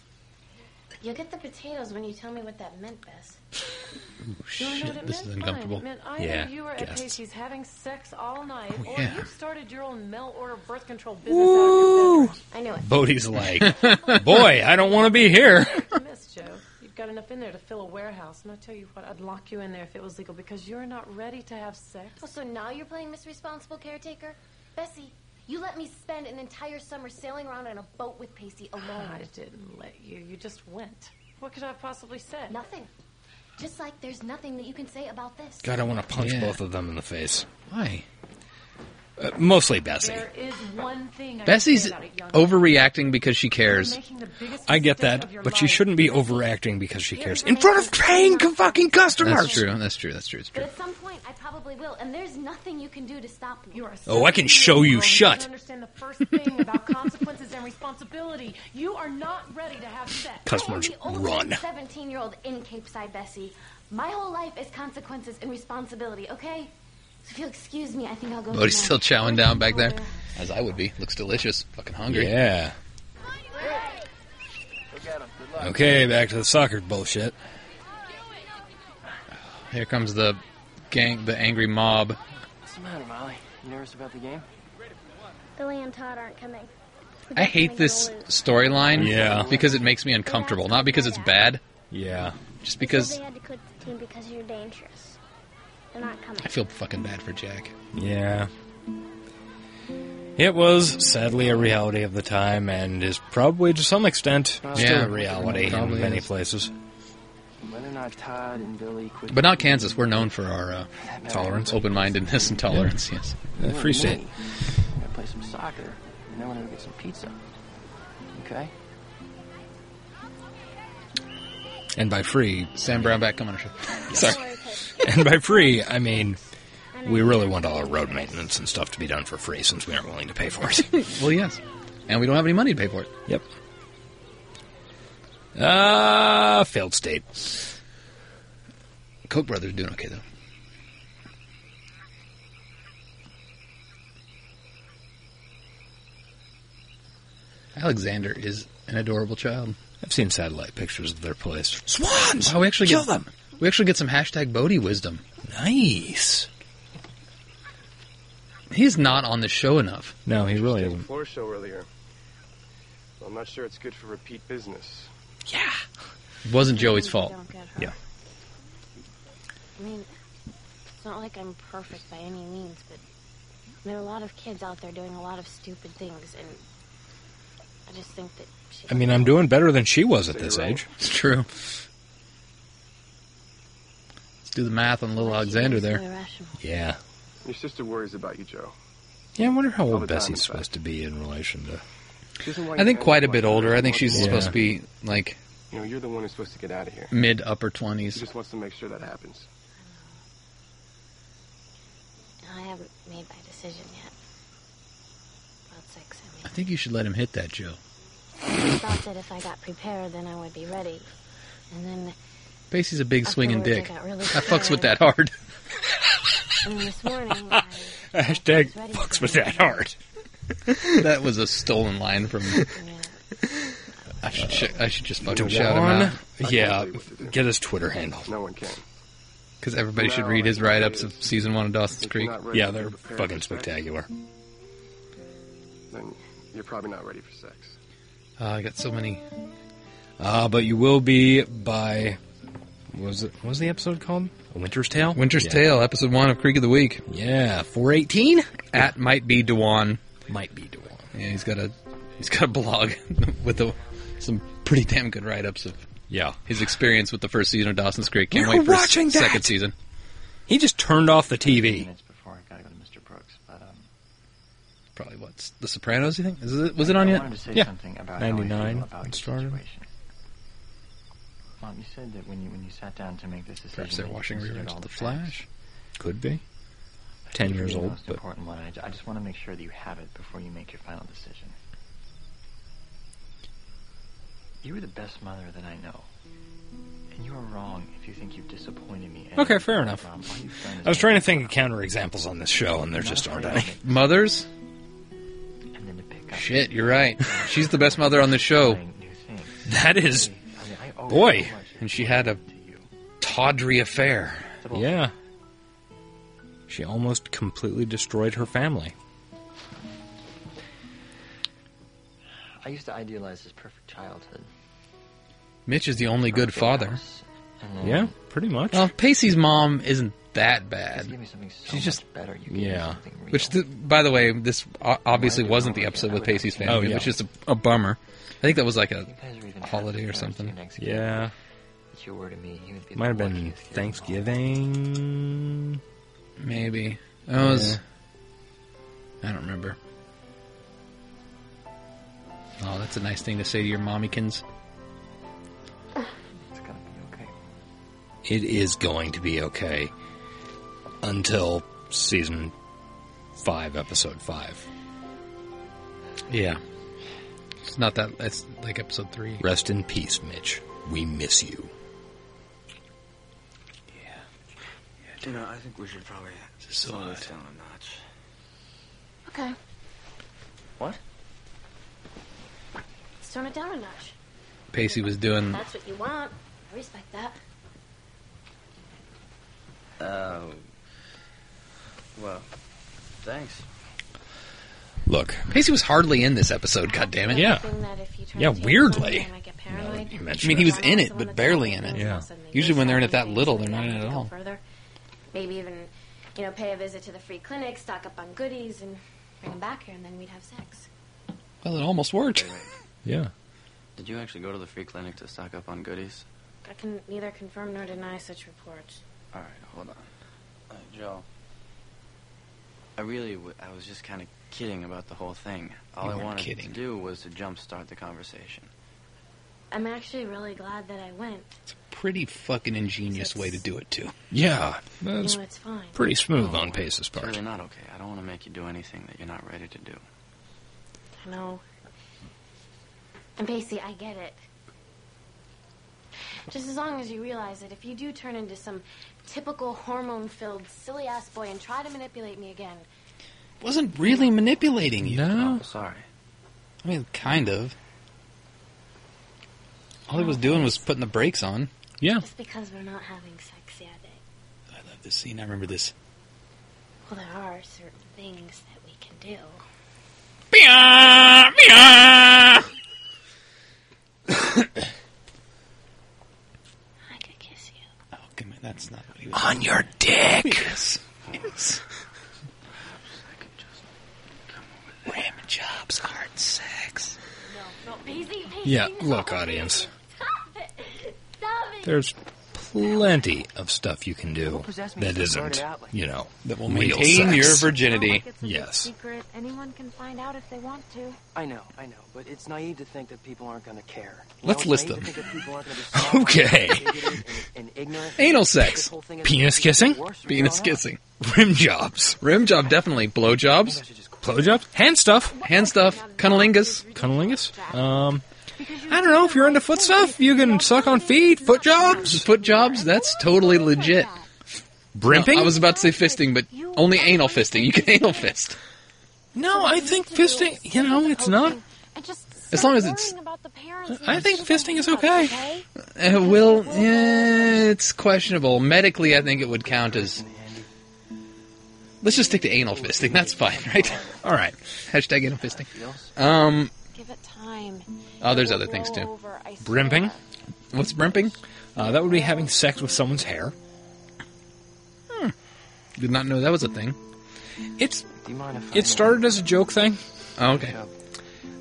Speaker 9: You'll get the potatoes when you tell me what that meant, Bess.
Speaker 17: You wanna know
Speaker 2: Shit,
Speaker 17: what it
Speaker 2: this
Speaker 17: meant?
Speaker 2: is
Speaker 17: Fine.
Speaker 2: uncomfortable.
Speaker 17: It meant either
Speaker 2: Yeah,
Speaker 17: you were at
Speaker 2: guests.
Speaker 17: Casey's having sex all night,
Speaker 2: Oh,
Speaker 17: or
Speaker 2: yeah.
Speaker 17: you started your own mail order birth control business
Speaker 1: Woo!
Speaker 17: out of your bedroom. I know
Speaker 1: *laughs* Bodie's like,
Speaker 17: *laughs*
Speaker 1: "Boy, I don't want to be here."
Speaker 17: Miss Joe, you've got enough in there to fill a warehouse, and I tell you what, I'd lock you in there if it was legal because you're not ready to have sex.
Speaker 9: Oh, so now you're playing Miss Responsible Caretaker? Bessie, you let me spend an entire summer sailing around on a boat with Pacey alone.
Speaker 17: I didn't let you. You just went. What could I have possibly said?
Speaker 9: Nothing. Just like there's nothing that you can say about this.
Speaker 1: God, I want to punch
Speaker 2: Yeah.
Speaker 1: both of them in the face.
Speaker 2: Why?
Speaker 1: Uh, mostly Bessie.
Speaker 17: There is one thing. I
Speaker 2: Bessie's
Speaker 17: can say about it, young
Speaker 2: overreacting because she cares.
Speaker 1: I get that, but she shouldn't be overacting because she cares. In front of
Speaker 2: paying
Speaker 1: fucking customers.
Speaker 2: That's true. That's true. That's true. It's
Speaker 9: But
Speaker 2: true.
Speaker 9: at some point, I probably will, and there's nothing you can do to stop me. You are
Speaker 1: Oh, I can show you. Shut.
Speaker 17: understand the first thing about *laughs* consequences and responsibility. You are not ready to have sex.
Speaker 1: Customers run.
Speaker 9: 17 year old in Cape Side Bessie. My whole life is consequences and responsibility, okay? So if you'll excuse me, I think I'll go.
Speaker 2: Bodie's
Speaker 9: to
Speaker 2: still
Speaker 9: my-
Speaker 2: chowing down back there, as I would be. Looks delicious. Fucking hungry.
Speaker 1: Yeah. Okay, back to the soccer bullshit.
Speaker 2: Here comes the gang, the angry mob.
Speaker 15: What's the matter, Molly? You nervous about the game?
Speaker 18: Billy and Todd aren't coming.
Speaker 2: I hate this storyline.
Speaker 1: Yeah.
Speaker 2: Because it makes me uncomfortable. Not because it's bad.
Speaker 1: Yeah.
Speaker 2: Just
Speaker 18: They
Speaker 2: because
Speaker 18: had to quit the team because you're dangerous. They're not coming.
Speaker 2: I feel fucking bad for Jack.
Speaker 1: Yeah. It was sadly a reality of the time and is probably to some extent still
Speaker 2: Yeah.
Speaker 1: a reality in
Speaker 2: Probably
Speaker 1: many
Speaker 2: is.
Speaker 1: places.
Speaker 15: Whether or not Todd and Billy quit.
Speaker 2: But not Kansas. We're known for our uh,
Speaker 1: Tolerance.
Speaker 2: open-mindedness, and tolerance. Yes.
Speaker 15: You and
Speaker 1: free state.
Speaker 15: me, We're gonna play some soccer, and then we're gonna go get some pizza. Okay?
Speaker 1: And by free,
Speaker 2: Sam Brownback, come on our show.
Speaker 1: Sorry. and by free, I mean we really want all our road maintenance and stuff to be done for free since we aren't willing to pay for it.
Speaker 2: well, yes. And we don't have any money to pay for it.
Speaker 1: yep. Ah, failed state.
Speaker 2: Koch brothers are doing okay though. Alexander is an adorable child.
Speaker 1: I've seen satellite pictures of their place. Swans!
Speaker 2: Wow, Oh, we actually
Speaker 1: Kill
Speaker 2: get,
Speaker 1: them!
Speaker 2: We actually get some hashtag Bodhi wisdom.
Speaker 1: Nice.
Speaker 2: He's not on the show enough.
Speaker 1: No, he really isn't.
Speaker 19: floor show earlier. Well, I'm not sure it's good for repeat business.
Speaker 2: It wasn't Joey's fault.
Speaker 9: Mm, Don't get hurt.
Speaker 1: Yeah.
Speaker 9: I mean, it's not like I'm perfect by any means, but there are a lot of kids out there doing a lot of stupid things, and I just think that she.
Speaker 1: I mean, I'm doing better than she was at this age.
Speaker 2: It's true. Let's do the math on little Alexander there.
Speaker 1: Yeah.
Speaker 19: Your sister worries about you, Joe.
Speaker 1: Yeah, I wonder how
Speaker 19: All
Speaker 1: old
Speaker 19: the time, in
Speaker 1: Bessie's
Speaker 19: fact.
Speaker 1: supposed to be in relation to.
Speaker 19: She doesn't want
Speaker 2: I
Speaker 19: you
Speaker 2: think
Speaker 19: to
Speaker 2: quite a
Speaker 19: act
Speaker 2: bit
Speaker 19: like
Speaker 2: older. I
Speaker 19: you're
Speaker 2: think
Speaker 19: the
Speaker 2: she's
Speaker 19: one who-
Speaker 2: supposed to be like
Speaker 19: You know, you're the one who's supposed to get out of here.
Speaker 2: mid upper
Speaker 19: She
Speaker 2: twenties.
Speaker 19: just wants to make sure that happens.
Speaker 9: I haven't made my decision yet. About sex, I mean.
Speaker 2: I think you should let him hit that, Joe.
Speaker 9: I thought that if I got prepared, then I would be ready. And then
Speaker 2: Basie's a big swinging
Speaker 9: Afterwards,
Speaker 2: dick.
Speaker 9: I got really
Speaker 2: I fucks with
Speaker 9: scared.
Speaker 2: that hard. *laughs*
Speaker 9: And this morning, I
Speaker 1: Hashtag fucks with that hard.
Speaker 2: that was a stolen line from. I should sh- I should just fucking shout him
Speaker 1: Dwan?
Speaker 2: out.
Speaker 1: Yeah, get his Twitter handle.
Speaker 19: No one can.
Speaker 2: Because everybody should read his write ups of season one of Dawson's Creek.
Speaker 1: Yeah, they're fucking spectacular.
Speaker 19: Then you're probably not ready for sex.
Speaker 2: Uh, I got so many. Ah,
Speaker 1: Uh, but you will be by. What was it? What was the episode called? A Winter's Tale.
Speaker 2: Winter's
Speaker 1: Yeah.
Speaker 2: Tale, episode one of Creek of the Week.
Speaker 1: Yeah, four eighteen.
Speaker 2: At might be Dewan.
Speaker 1: Might be Dewan.
Speaker 2: Yeah, he's got a he's got a blog *laughs* with a, some pretty damn good write ups of
Speaker 1: yeah
Speaker 2: his experience with the first season of Dawson's Creek. Can't
Speaker 1: We were
Speaker 2: wait for s-
Speaker 1: watching that!
Speaker 2: second season.
Speaker 1: He just turned off the TV.
Speaker 11: Before I gotta go to Mr. Brooks, but um,
Speaker 2: Probably what's The Sopranos? You think Is it, was it on
Speaker 11: I
Speaker 2: yet?
Speaker 11: wanted to say something about how I feel
Speaker 1: 99
Speaker 11: about
Speaker 1: it
Speaker 11: your
Speaker 1: started.
Speaker 11: situation. Mom, you said that when you when you sat down to make this decision,
Speaker 2: Perhaps they're
Speaker 11: that you
Speaker 2: watching
Speaker 11: considered
Speaker 2: reruns
Speaker 11: all
Speaker 2: of The
Speaker 11: the
Speaker 2: Flash.
Speaker 1: Could be. Ten years
Speaker 11: the
Speaker 1: old,
Speaker 11: most
Speaker 1: but
Speaker 11: important one. I, ju- I just want to make sure that you have it before you make your final decision. You were the best mother that I know, and you are wrong if you think you've disappointed me. and-
Speaker 1: okay, fair enough.
Speaker 11: Mom, all you've done is
Speaker 1: I was trying to think of counterexamples on this show, and there just aren't any. *laughs*
Speaker 2: Mothers? *laughs* Shit, you're right. She's the best mother on the
Speaker 11: *laughs*
Speaker 2: show.
Speaker 1: That is,
Speaker 2: boy, and she had a tawdry affair.
Speaker 1: Yeah. She almost completely destroyed her family.
Speaker 11: I used to idealize this perfect childhood.
Speaker 2: Mitch is the only good father.
Speaker 1: Yeah, pretty much.
Speaker 2: Well, Pacey's mom isn't that bad.
Speaker 11: Give me something so
Speaker 2: She's just
Speaker 11: much better. You gave me
Speaker 2: yeah.
Speaker 11: something real.
Speaker 2: Which, th- by the way, this o- obviously wasn't the episode with Pacey's family,
Speaker 1: Oh, yeah.
Speaker 2: which is a, a bummer. I think that was like a
Speaker 11: guys are even
Speaker 2: holiday or something.
Speaker 1: Yeah,
Speaker 11: If you were to me, you would be
Speaker 1: might have been Thanksgiving.
Speaker 2: Maybe. That was. I don't remember. Oh, that's a nice thing to say to your mommykins.
Speaker 1: It is going to be okay until season five, episode five.
Speaker 2: Yeah. It's not that. It's like episode three.
Speaker 1: Rest in peace, Mitch. We miss you.
Speaker 4: You know, I think we should probably slow this down a notch.
Speaker 9: okay,
Speaker 11: What?
Speaker 9: let's tone it down a notch.
Speaker 2: Pacey was doing.
Speaker 9: That's what you want. I respect that.
Speaker 4: Uh, well, thanks.
Speaker 1: Look,
Speaker 2: Pacey was hardly in this episode. God damn it.
Speaker 1: Yeah.
Speaker 9: That if you try
Speaker 1: Yeah,
Speaker 9: to take
Speaker 1: weirdly.
Speaker 9: it from them, I get paranoid.
Speaker 1: you
Speaker 2: I mean, he was in it, but barely in it.
Speaker 1: Yeah.
Speaker 2: Usually, when they're in it that little, they're not in it
Speaker 9: go
Speaker 2: at all.
Speaker 9: further. Maybe even, you know, pay a visit to the free clinic, stock up on goodies, and bring them back here, and then we'd have sex.
Speaker 2: Well, it almost worked.
Speaker 1: Yeah.
Speaker 4: Did you actually go to the free clinic to stock up on goodies?
Speaker 9: I can neither confirm nor deny such reports.
Speaker 4: All right, hold on. Uh, Joe, I really, w- I was just kind of kidding about the whole thing. All
Speaker 2: You
Speaker 4: I
Speaker 2: weren't
Speaker 4: wanted
Speaker 2: kidding.
Speaker 4: to do was to jumpstart the conversation.
Speaker 9: I'm actually really glad that I went.
Speaker 2: Pretty fucking ingenious way to do it, too.
Speaker 1: Yeah,
Speaker 9: you know, it's fine.
Speaker 1: pretty smooth on Pace's
Speaker 4: It's
Speaker 1: part.
Speaker 4: really not okay. I don't want to make you do anything that you're not ready to do.
Speaker 9: I know. And Pacey, I get it. Just as long as you realize that if you do turn into some typical hormone-filled silly ass boy and try to manipulate me again,
Speaker 2: Wasn't really manipulating you.
Speaker 1: No.
Speaker 4: Sorry.
Speaker 2: I mean, kind of. All he was doing was putting the brakes on.
Speaker 1: Yeah.
Speaker 9: just because we're not having sex yet, eh? it-
Speaker 2: I love this scene. I remember this.
Speaker 9: Well, there are certain things that we can do. I could kiss you.
Speaker 2: Oh, come on. That's not what he was
Speaker 1: On your dick.
Speaker 2: Yes. Yes. Ram jobs aren't sex.
Speaker 9: No, Pacey, Pacey.
Speaker 1: Yeah,
Speaker 9: no.
Speaker 1: look, audience.
Speaker 9: Stop it. Stop it.
Speaker 1: There's plenty of stuff you can do that isn't, you know,
Speaker 2: That will
Speaker 1: real
Speaker 2: maintain
Speaker 1: sex.
Speaker 2: your virginity.
Speaker 6: It's a big
Speaker 1: Yes.
Speaker 6: secret. Anyone can find out if they want to.
Speaker 15: I know, I know, but it's naive to think that people aren't going to care.
Speaker 2: Let's
Speaker 15: it's
Speaker 2: list
Speaker 15: naive to
Speaker 2: them.
Speaker 15: think that people aren't gonna be
Speaker 2: *laughs*
Speaker 15: smart,
Speaker 1: Okay.
Speaker 15: bigoted, and- and ignorant.
Speaker 2: Anal
Speaker 15: This
Speaker 2: sex.
Speaker 15: whole thing is gonna
Speaker 1: Penis
Speaker 15: be
Speaker 1: kissing,
Speaker 15: worse from
Speaker 2: Penis
Speaker 15: now on.
Speaker 2: kissing.
Speaker 1: *laughs* rim jobs,
Speaker 2: Rim job, definitely. Blow jobs.
Speaker 1: blowjobs, hand stuff,
Speaker 2: Hand stuff. Cunnilingus.
Speaker 1: cunnilingus. Um, I don't know if you're into foot stuff, you can suck on feet, foot jobs.
Speaker 2: Foot jobs? That's totally legit.
Speaker 1: Brimping?
Speaker 2: No, I was about to say fisting, but only anal fisting. You can *laughs* anal fist.
Speaker 1: No, I think fisting. You know, it's not.
Speaker 2: As long as it's.
Speaker 1: I think fisting is okay.
Speaker 2: Uh, will. Yeah, it's questionable. Medically, I think it would count as. Let's just stick to anal fisting. That's fine, *laughs* right?
Speaker 1: All right.
Speaker 2: Hashtag anal fisting. Um,
Speaker 9: Give it time.
Speaker 2: oh, there's other things too.
Speaker 1: Brimping?
Speaker 2: What's brimping?
Speaker 1: Uh, that would be having sex with someone's hair.
Speaker 2: Did not know that was a thing.
Speaker 1: It's
Speaker 15: uh,
Speaker 1: it started as a joke thing.
Speaker 2: Oh, okay.
Speaker 1: Um,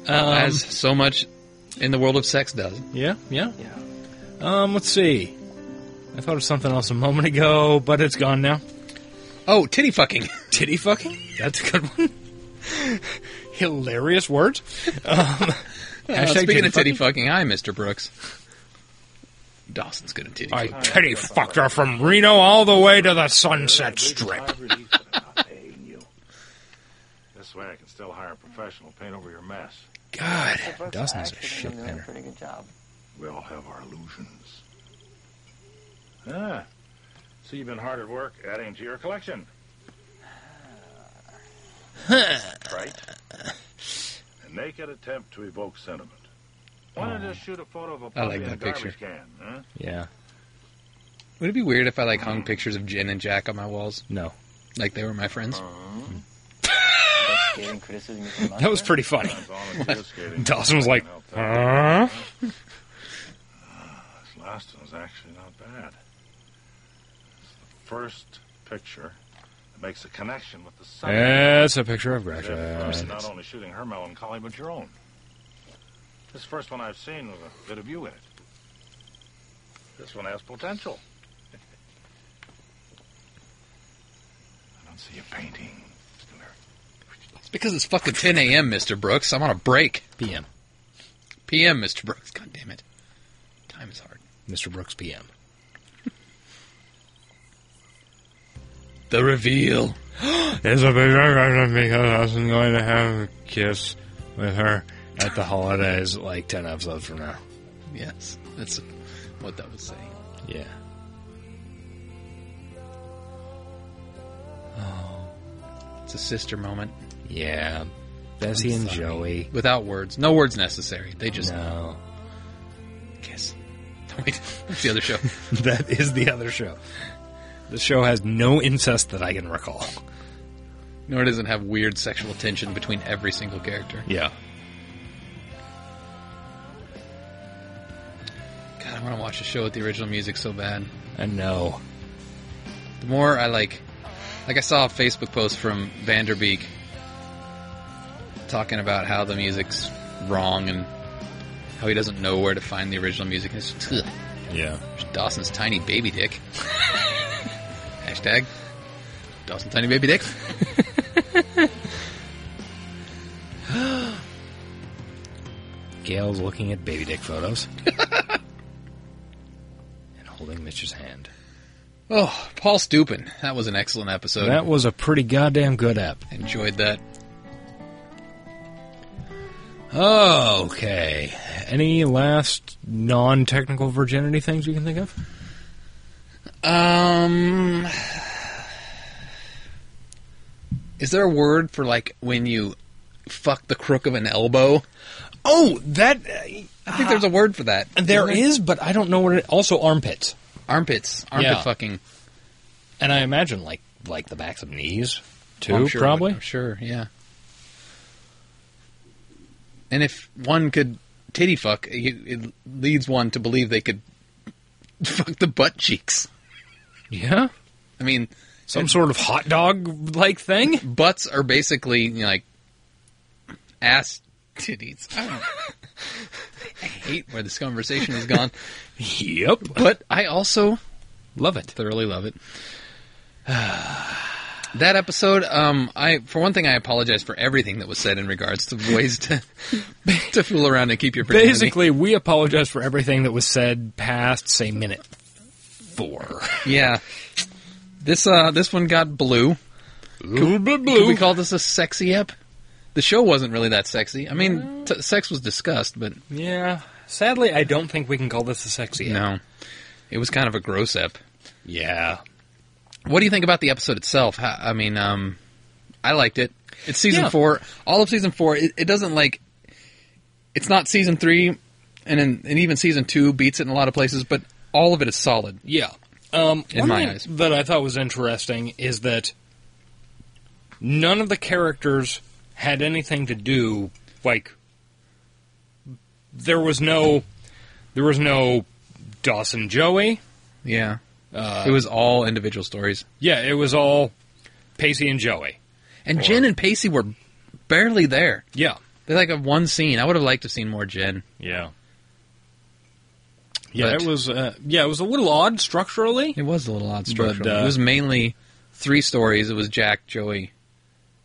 Speaker 2: As so much in the world of sex does.
Speaker 1: Yeah, yeah. Um, let's see. I thought of something else a moment ago, but it's gone now.
Speaker 2: Oh, titty fucking.
Speaker 1: Titty fucking? That's a good one. Hilarious words. Um,
Speaker 2: *laughs* Uh,
Speaker 1: hashtag
Speaker 2: speaking of titty fucking, hi, Mr. Brooks. Dawson's good at titty
Speaker 1: I
Speaker 2: fucking.
Speaker 1: titty fucked her from Reno all the way to the Sunset Strip.
Speaker 10: This way I can still hire a professional to paint over your mess.
Speaker 1: God, Dawson's a shit
Speaker 10: doing a
Speaker 1: painter.
Speaker 10: pretty good job. We all have our illusions. Ah, so you've been hard at work adding to your
Speaker 1: *sighs*
Speaker 10: collection. right? A naked attempt to evoke sentiment. Why not
Speaker 1: Oh.
Speaker 10: just shoot a photo of a
Speaker 2: I
Speaker 10: puppy
Speaker 2: like
Speaker 10: in a
Speaker 2: that
Speaker 10: garbage
Speaker 2: picture.
Speaker 10: can? Huh?
Speaker 1: Yeah.
Speaker 2: Would it be weird if I like hung pictures of Jen and Jack on my walls,
Speaker 1: No.
Speaker 2: like they were my friends?
Speaker 1: Oh,
Speaker 11: Getting criticism from
Speaker 1: That was pretty *laughs* funny.
Speaker 10: Volunteer skating.
Speaker 1: Dawson was like, huh?
Speaker 10: *laughs* This last one's actually not bad. It's the first picture that makes a connection with the subject.
Speaker 1: That's a picture of
Speaker 10: As if, uh,
Speaker 1: Gretchen.
Speaker 10: not only shooting her melancholy, but your own. This first one I've seen with a bit of you in it. This one has potential. *laughs* I don't see a painting.
Speaker 2: It's because it's fucking 10 a.m., Mr. Brooks. I'm on a break.
Speaker 1: PM.
Speaker 2: P.M., Mr. Brooks. God damn it. Time is hard.
Speaker 1: Mr. Brooks PM.
Speaker 2: The
Speaker 1: *gasps*
Speaker 2: reveal.
Speaker 1: There's a big regret because I'm going to have a kiss with her at the holidays like 10 episodes from now.
Speaker 2: Yes, that's what that was saying.
Speaker 1: Yeah.
Speaker 2: It's a sister moment.
Speaker 1: Yeah. Bessie and Joey.
Speaker 2: Without words. No words necessary. They just
Speaker 1: No.
Speaker 2: kiss. *laughs* Wait, that's the other show.
Speaker 1: *laughs* That is the other show. The show has no incest that I can recall.
Speaker 2: Nor it doesn't have weird sexual tension between every single character.
Speaker 1: Yeah.
Speaker 2: God, I want to watch a show with the original music so bad.
Speaker 1: I know.
Speaker 2: The more I like, like I saw a Facebook post from Vanderbeek talking about how the music's wrong and how he doesn't know where to find the original music. It's just, ugh,
Speaker 1: Yeah.
Speaker 2: there's Dawson's tiny baby dick. Hashtag Dawson tiny baby dick.
Speaker 1: Gail's looking at baby dick photos. *laughs* and holding Mitch's hand.
Speaker 2: Oh, Paul Stupin. That was an excellent episode.
Speaker 1: That was a pretty goddamn good app.
Speaker 2: Enjoyed that. Oh,
Speaker 1: Okay. Any last non technical virginity things you can think of?
Speaker 2: Um, is there a word for like when you fuck the crook of an elbow?
Speaker 1: Oh, that.
Speaker 2: I think there's a word for that.
Speaker 1: There
Speaker 2: Isn't
Speaker 1: is, but I don't know what it. Also, armpits,
Speaker 2: armpits, armpit
Speaker 1: Yeah.
Speaker 2: fucking.
Speaker 1: and I imagine like like the backs of knees too,
Speaker 2: I'm sure it would-
Speaker 1: probably.
Speaker 2: I'm sure, yeah. And if one could titty fuck, you- it leads one to believe they could *laughs* fuck the butt cheeks.
Speaker 1: Yeah,
Speaker 2: I mean,
Speaker 1: some sort of hot dog like thing.
Speaker 2: butts are basically you know, like ass titties. I, don't, I hate where this conversation has gone,
Speaker 1: Yep,
Speaker 2: but I also
Speaker 1: love it.
Speaker 2: thoroughly love it. *sighs* that episode, um, I for one thing, I apologize for everything that was said in regards to ways to *laughs* to fool around and keep your virginity.
Speaker 1: Basically, we apologize for everything that was said past say minute four.
Speaker 2: Yeah, this uh, this one got blue.
Speaker 1: Ooh, blah,
Speaker 2: Could
Speaker 1: blah.
Speaker 2: we call this a sexy ep? The show wasn't really that sexy. I mean, t- sex was discussed, but
Speaker 1: Yeah, Sadly, I don't think we can call this a sexy. app.
Speaker 2: No, it was kind of a gross ep.
Speaker 1: Yeah.
Speaker 2: What do you think about the episode itself? How, I mean, um, I liked it. It's season
Speaker 1: Yeah.
Speaker 2: four. All of season four. It, it doesn't like. It's not season three, and then, and even season two beats it in a lot of places. But all of it is solid.
Speaker 1: Yeah. Um,
Speaker 2: In
Speaker 1: one
Speaker 2: my
Speaker 1: thing
Speaker 2: eyes.
Speaker 1: that I thought was interesting is that none of the characters had anything to do. Like, there was no, there was no Dawson Joey.
Speaker 2: Yeah.
Speaker 1: Uh,
Speaker 2: it was all individual stories.
Speaker 1: Yeah, it was all Pacey and Joey.
Speaker 2: And Jen and Pacey were barely there.
Speaker 1: Yeah.
Speaker 2: They like have one scene. I would have liked to have seen more Jen.
Speaker 1: Yeah. Yeah,
Speaker 2: But-
Speaker 1: it was. Uh, yeah, it was a little odd structurally.
Speaker 2: It was a little odd
Speaker 1: structurally.
Speaker 2: But, uh, it was mainly three stories. It was Jack, Joey,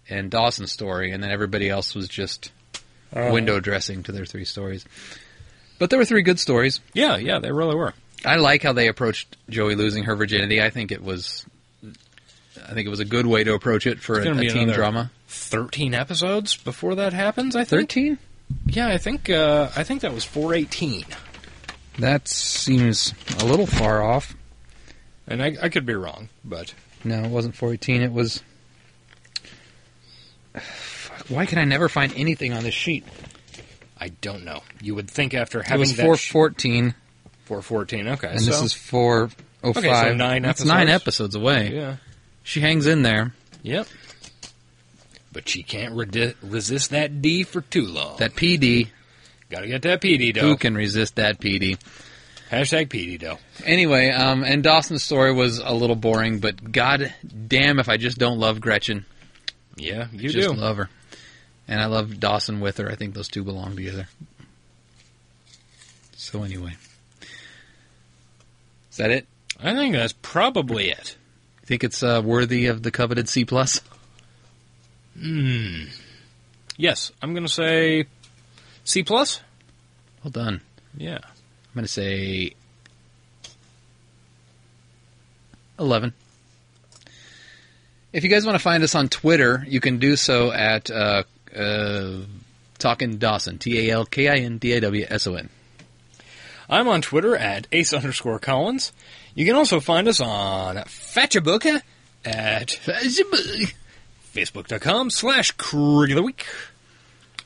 Speaker 2: and Dawson's story, and then everybody else was just
Speaker 1: Uh.
Speaker 2: window dressing to their three stories. But there were three good stories.
Speaker 1: Yeah, yeah, they really were.
Speaker 2: I like how they approached Joey losing her virginity. I think it was, I think it was a good way to approach it for
Speaker 1: It's
Speaker 2: a,
Speaker 1: gonna
Speaker 2: a
Speaker 1: be
Speaker 2: teen
Speaker 1: another
Speaker 2: drama.
Speaker 1: Thirteen episodes before that happens. I think.
Speaker 2: Thirteen.
Speaker 1: Yeah, I think. Uh, I think that was four eighteen.
Speaker 2: That seems a little far off.
Speaker 1: And I, I could be wrong, but
Speaker 2: No, it wasn't 418. It was. *sighs* Fuck, why can I never find anything on this sheet?
Speaker 1: I don't know. You would think after
Speaker 2: it
Speaker 1: having
Speaker 2: was
Speaker 1: that
Speaker 2: 414,
Speaker 1: four fourteen. Okay,
Speaker 2: and
Speaker 1: so,
Speaker 2: this is 405.
Speaker 1: Okay, so nine
Speaker 2: That's
Speaker 1: episodes.
Speaker 2: nine episodes away.
Speaker 1: Yeah.
Speaker 2: She hangs in there.
Speaker 1: Yep. But she can't redi- resist that D for too long.
Speaker 2: That PD.
Speaker 1: Got to get that PD dough.
Speaker 2: Who can resist that PD?
Speaker 1: Hashtag PD dough.
Speaker 2: Anyway, um, and Dawson's story was a little boring, but god damn if I just don't love Gretchen.
Speaker 1: Yeah,
Speaker 2: I
Speaker 1: you
Speaker 2: just
Speaker 1: do.
Speaker 2: love her. And I love Dawson with her. I think those two belong together. So anyway. Is that it?
Speaker 1: I think that's probably it.
Speaker 2: Think it's uh, worthy of the coveted C plus?
Speaker 1: Hmm. Yes, I'm going to say C plus.
Speaker 2: Well done.
Speaker 1: Yeah.
Speaker 2: I'm gonna say eleven. If you guys want to find us on Twitter, you can do so at uh, uh, Talkin Dawson. T A L K I N D A W S O N.
Speaker 1: I'm on Twitter at ace underscore Collins. You can also find us on Fatchabuka at facebook.com slash Krieg of the Week.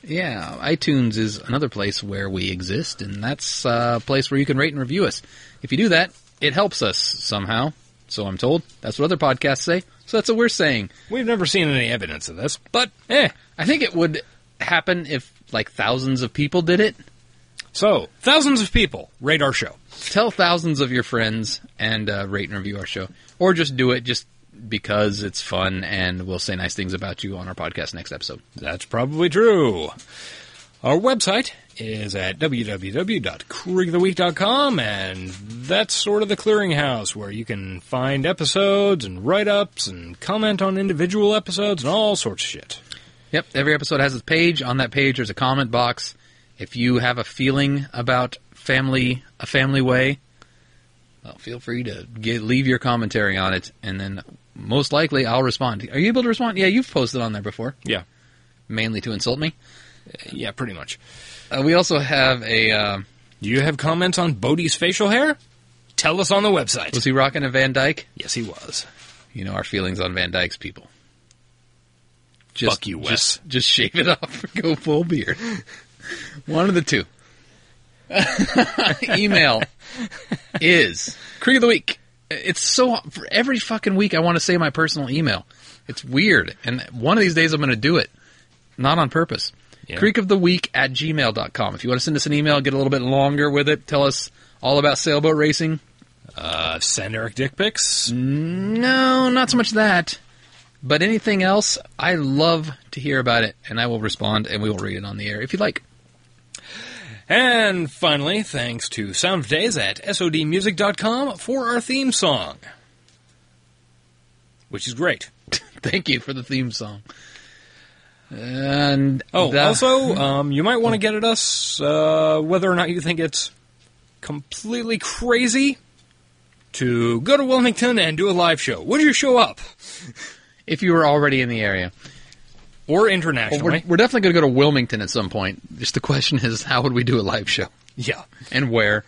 Speaker 2: Yeah, iTunes is another place where we exist, and that's uh, a place where you can rate and review us. If you do that, it helps us somehow. So I'm told. That's what other podcasts say. So that's what we're saying.
Speaker 1: We've never seen any evidence of this, but eh.
Speaker 2: I think it would happen if like thousands of people did it.
Speaker 1: So thousands of people rate our show.
Speaker 2: Tell thousands of your friends and uh, rate and review our show, or just do it just because it's fun, and we'll say nice things about you on our podcast next episode.
Speaker 1: That's probably true. Our website is at www.kriegtheweek.com, and that's sort of the clearinghouse where you can find episodes and write ups and comment on individual episodes and all sorts of shit.
Speaker 2: Yep, every episode has its page. On that page, there's a comment box. If you have a feeling about family, a family way, well, feel free to get, leave your commentary on it, and then most likely I'll respond. Are you able to respond? Yeah, you've posted on there before.
Speaker 1: Yeah.
Speaker 2: mainly to insult me.
Speaker 1: Yeah, pretty much.
Speaker 2: Uh, we also have a. Uh,
Speaker 1: Do you have comments on Bodie's facial hair? Tell us on the website.
Speaker 2: was he rocking a Van Dyke?
Speaker 1: Yes, he was.
Speaker 2: You know our feelings on Van Dyke's people. Just,
Speaker 1: Fuck you, Wes.
Speaker 2: Just, just shave it off. and Go full beard. One of the two. *laughs* Email is Creek of the Week. It's so for every fucking week I want to say my personal email. It's weird, and one of these days I'm going to do it, not on purpose.
Speaker 1: Yeah.
Speaker 2: Creek of the Week at gmail.com. If you want to send us an email, get a little bit longer with it. Tell us all about sailboat racing.
Speaker 1: Uh, send Eric dick pics.
Speaker 2: No, not so much that. But anything else, I love to hear about it, and I will respond, and we will read it on the air if you'd like. *laughs*
Speaker 1: And finally, thanks to Sound of Days at SODmusic.com for our theme song, which is great.
Speaker 2: Thank you for the theme song. And
Speaker 1: Oh,
Speaker 2: the-
Speaker 1: also, um, you might want to get at us uh, whether or not you think it's completely crazy to go to Wilmington and do a live show. Would you show up?
Speaker 2: if you were already in the area,
Speaker 1: Or
Speaker 2: Well,
Speaker 1: internationally?
Speaker 2: we're, we're definitely going to go to Wilmington at some point. Just the question is, how would we do a live show?
Speaker 1: Yeah.
Speaker 2: And where.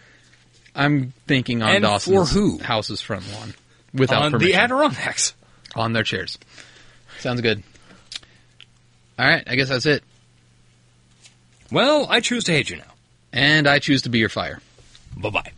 Speaker 2: I'm thinking on
Speaker 1: And
Speaker 2: Dawson's
Speaker 1: for who?
Speaker 2: house's front lawn without
Speaker 1: On the
Speaker 2: permission.
Speaker 1: Adirondacks.
Speaker 2: On their chairs. Sounds good. All right, I guess that's it.
Speaker 1: Well, I choose to hate you now.
Speaker 2: And I choose to be your fire.
Speaker 1: Bye bye.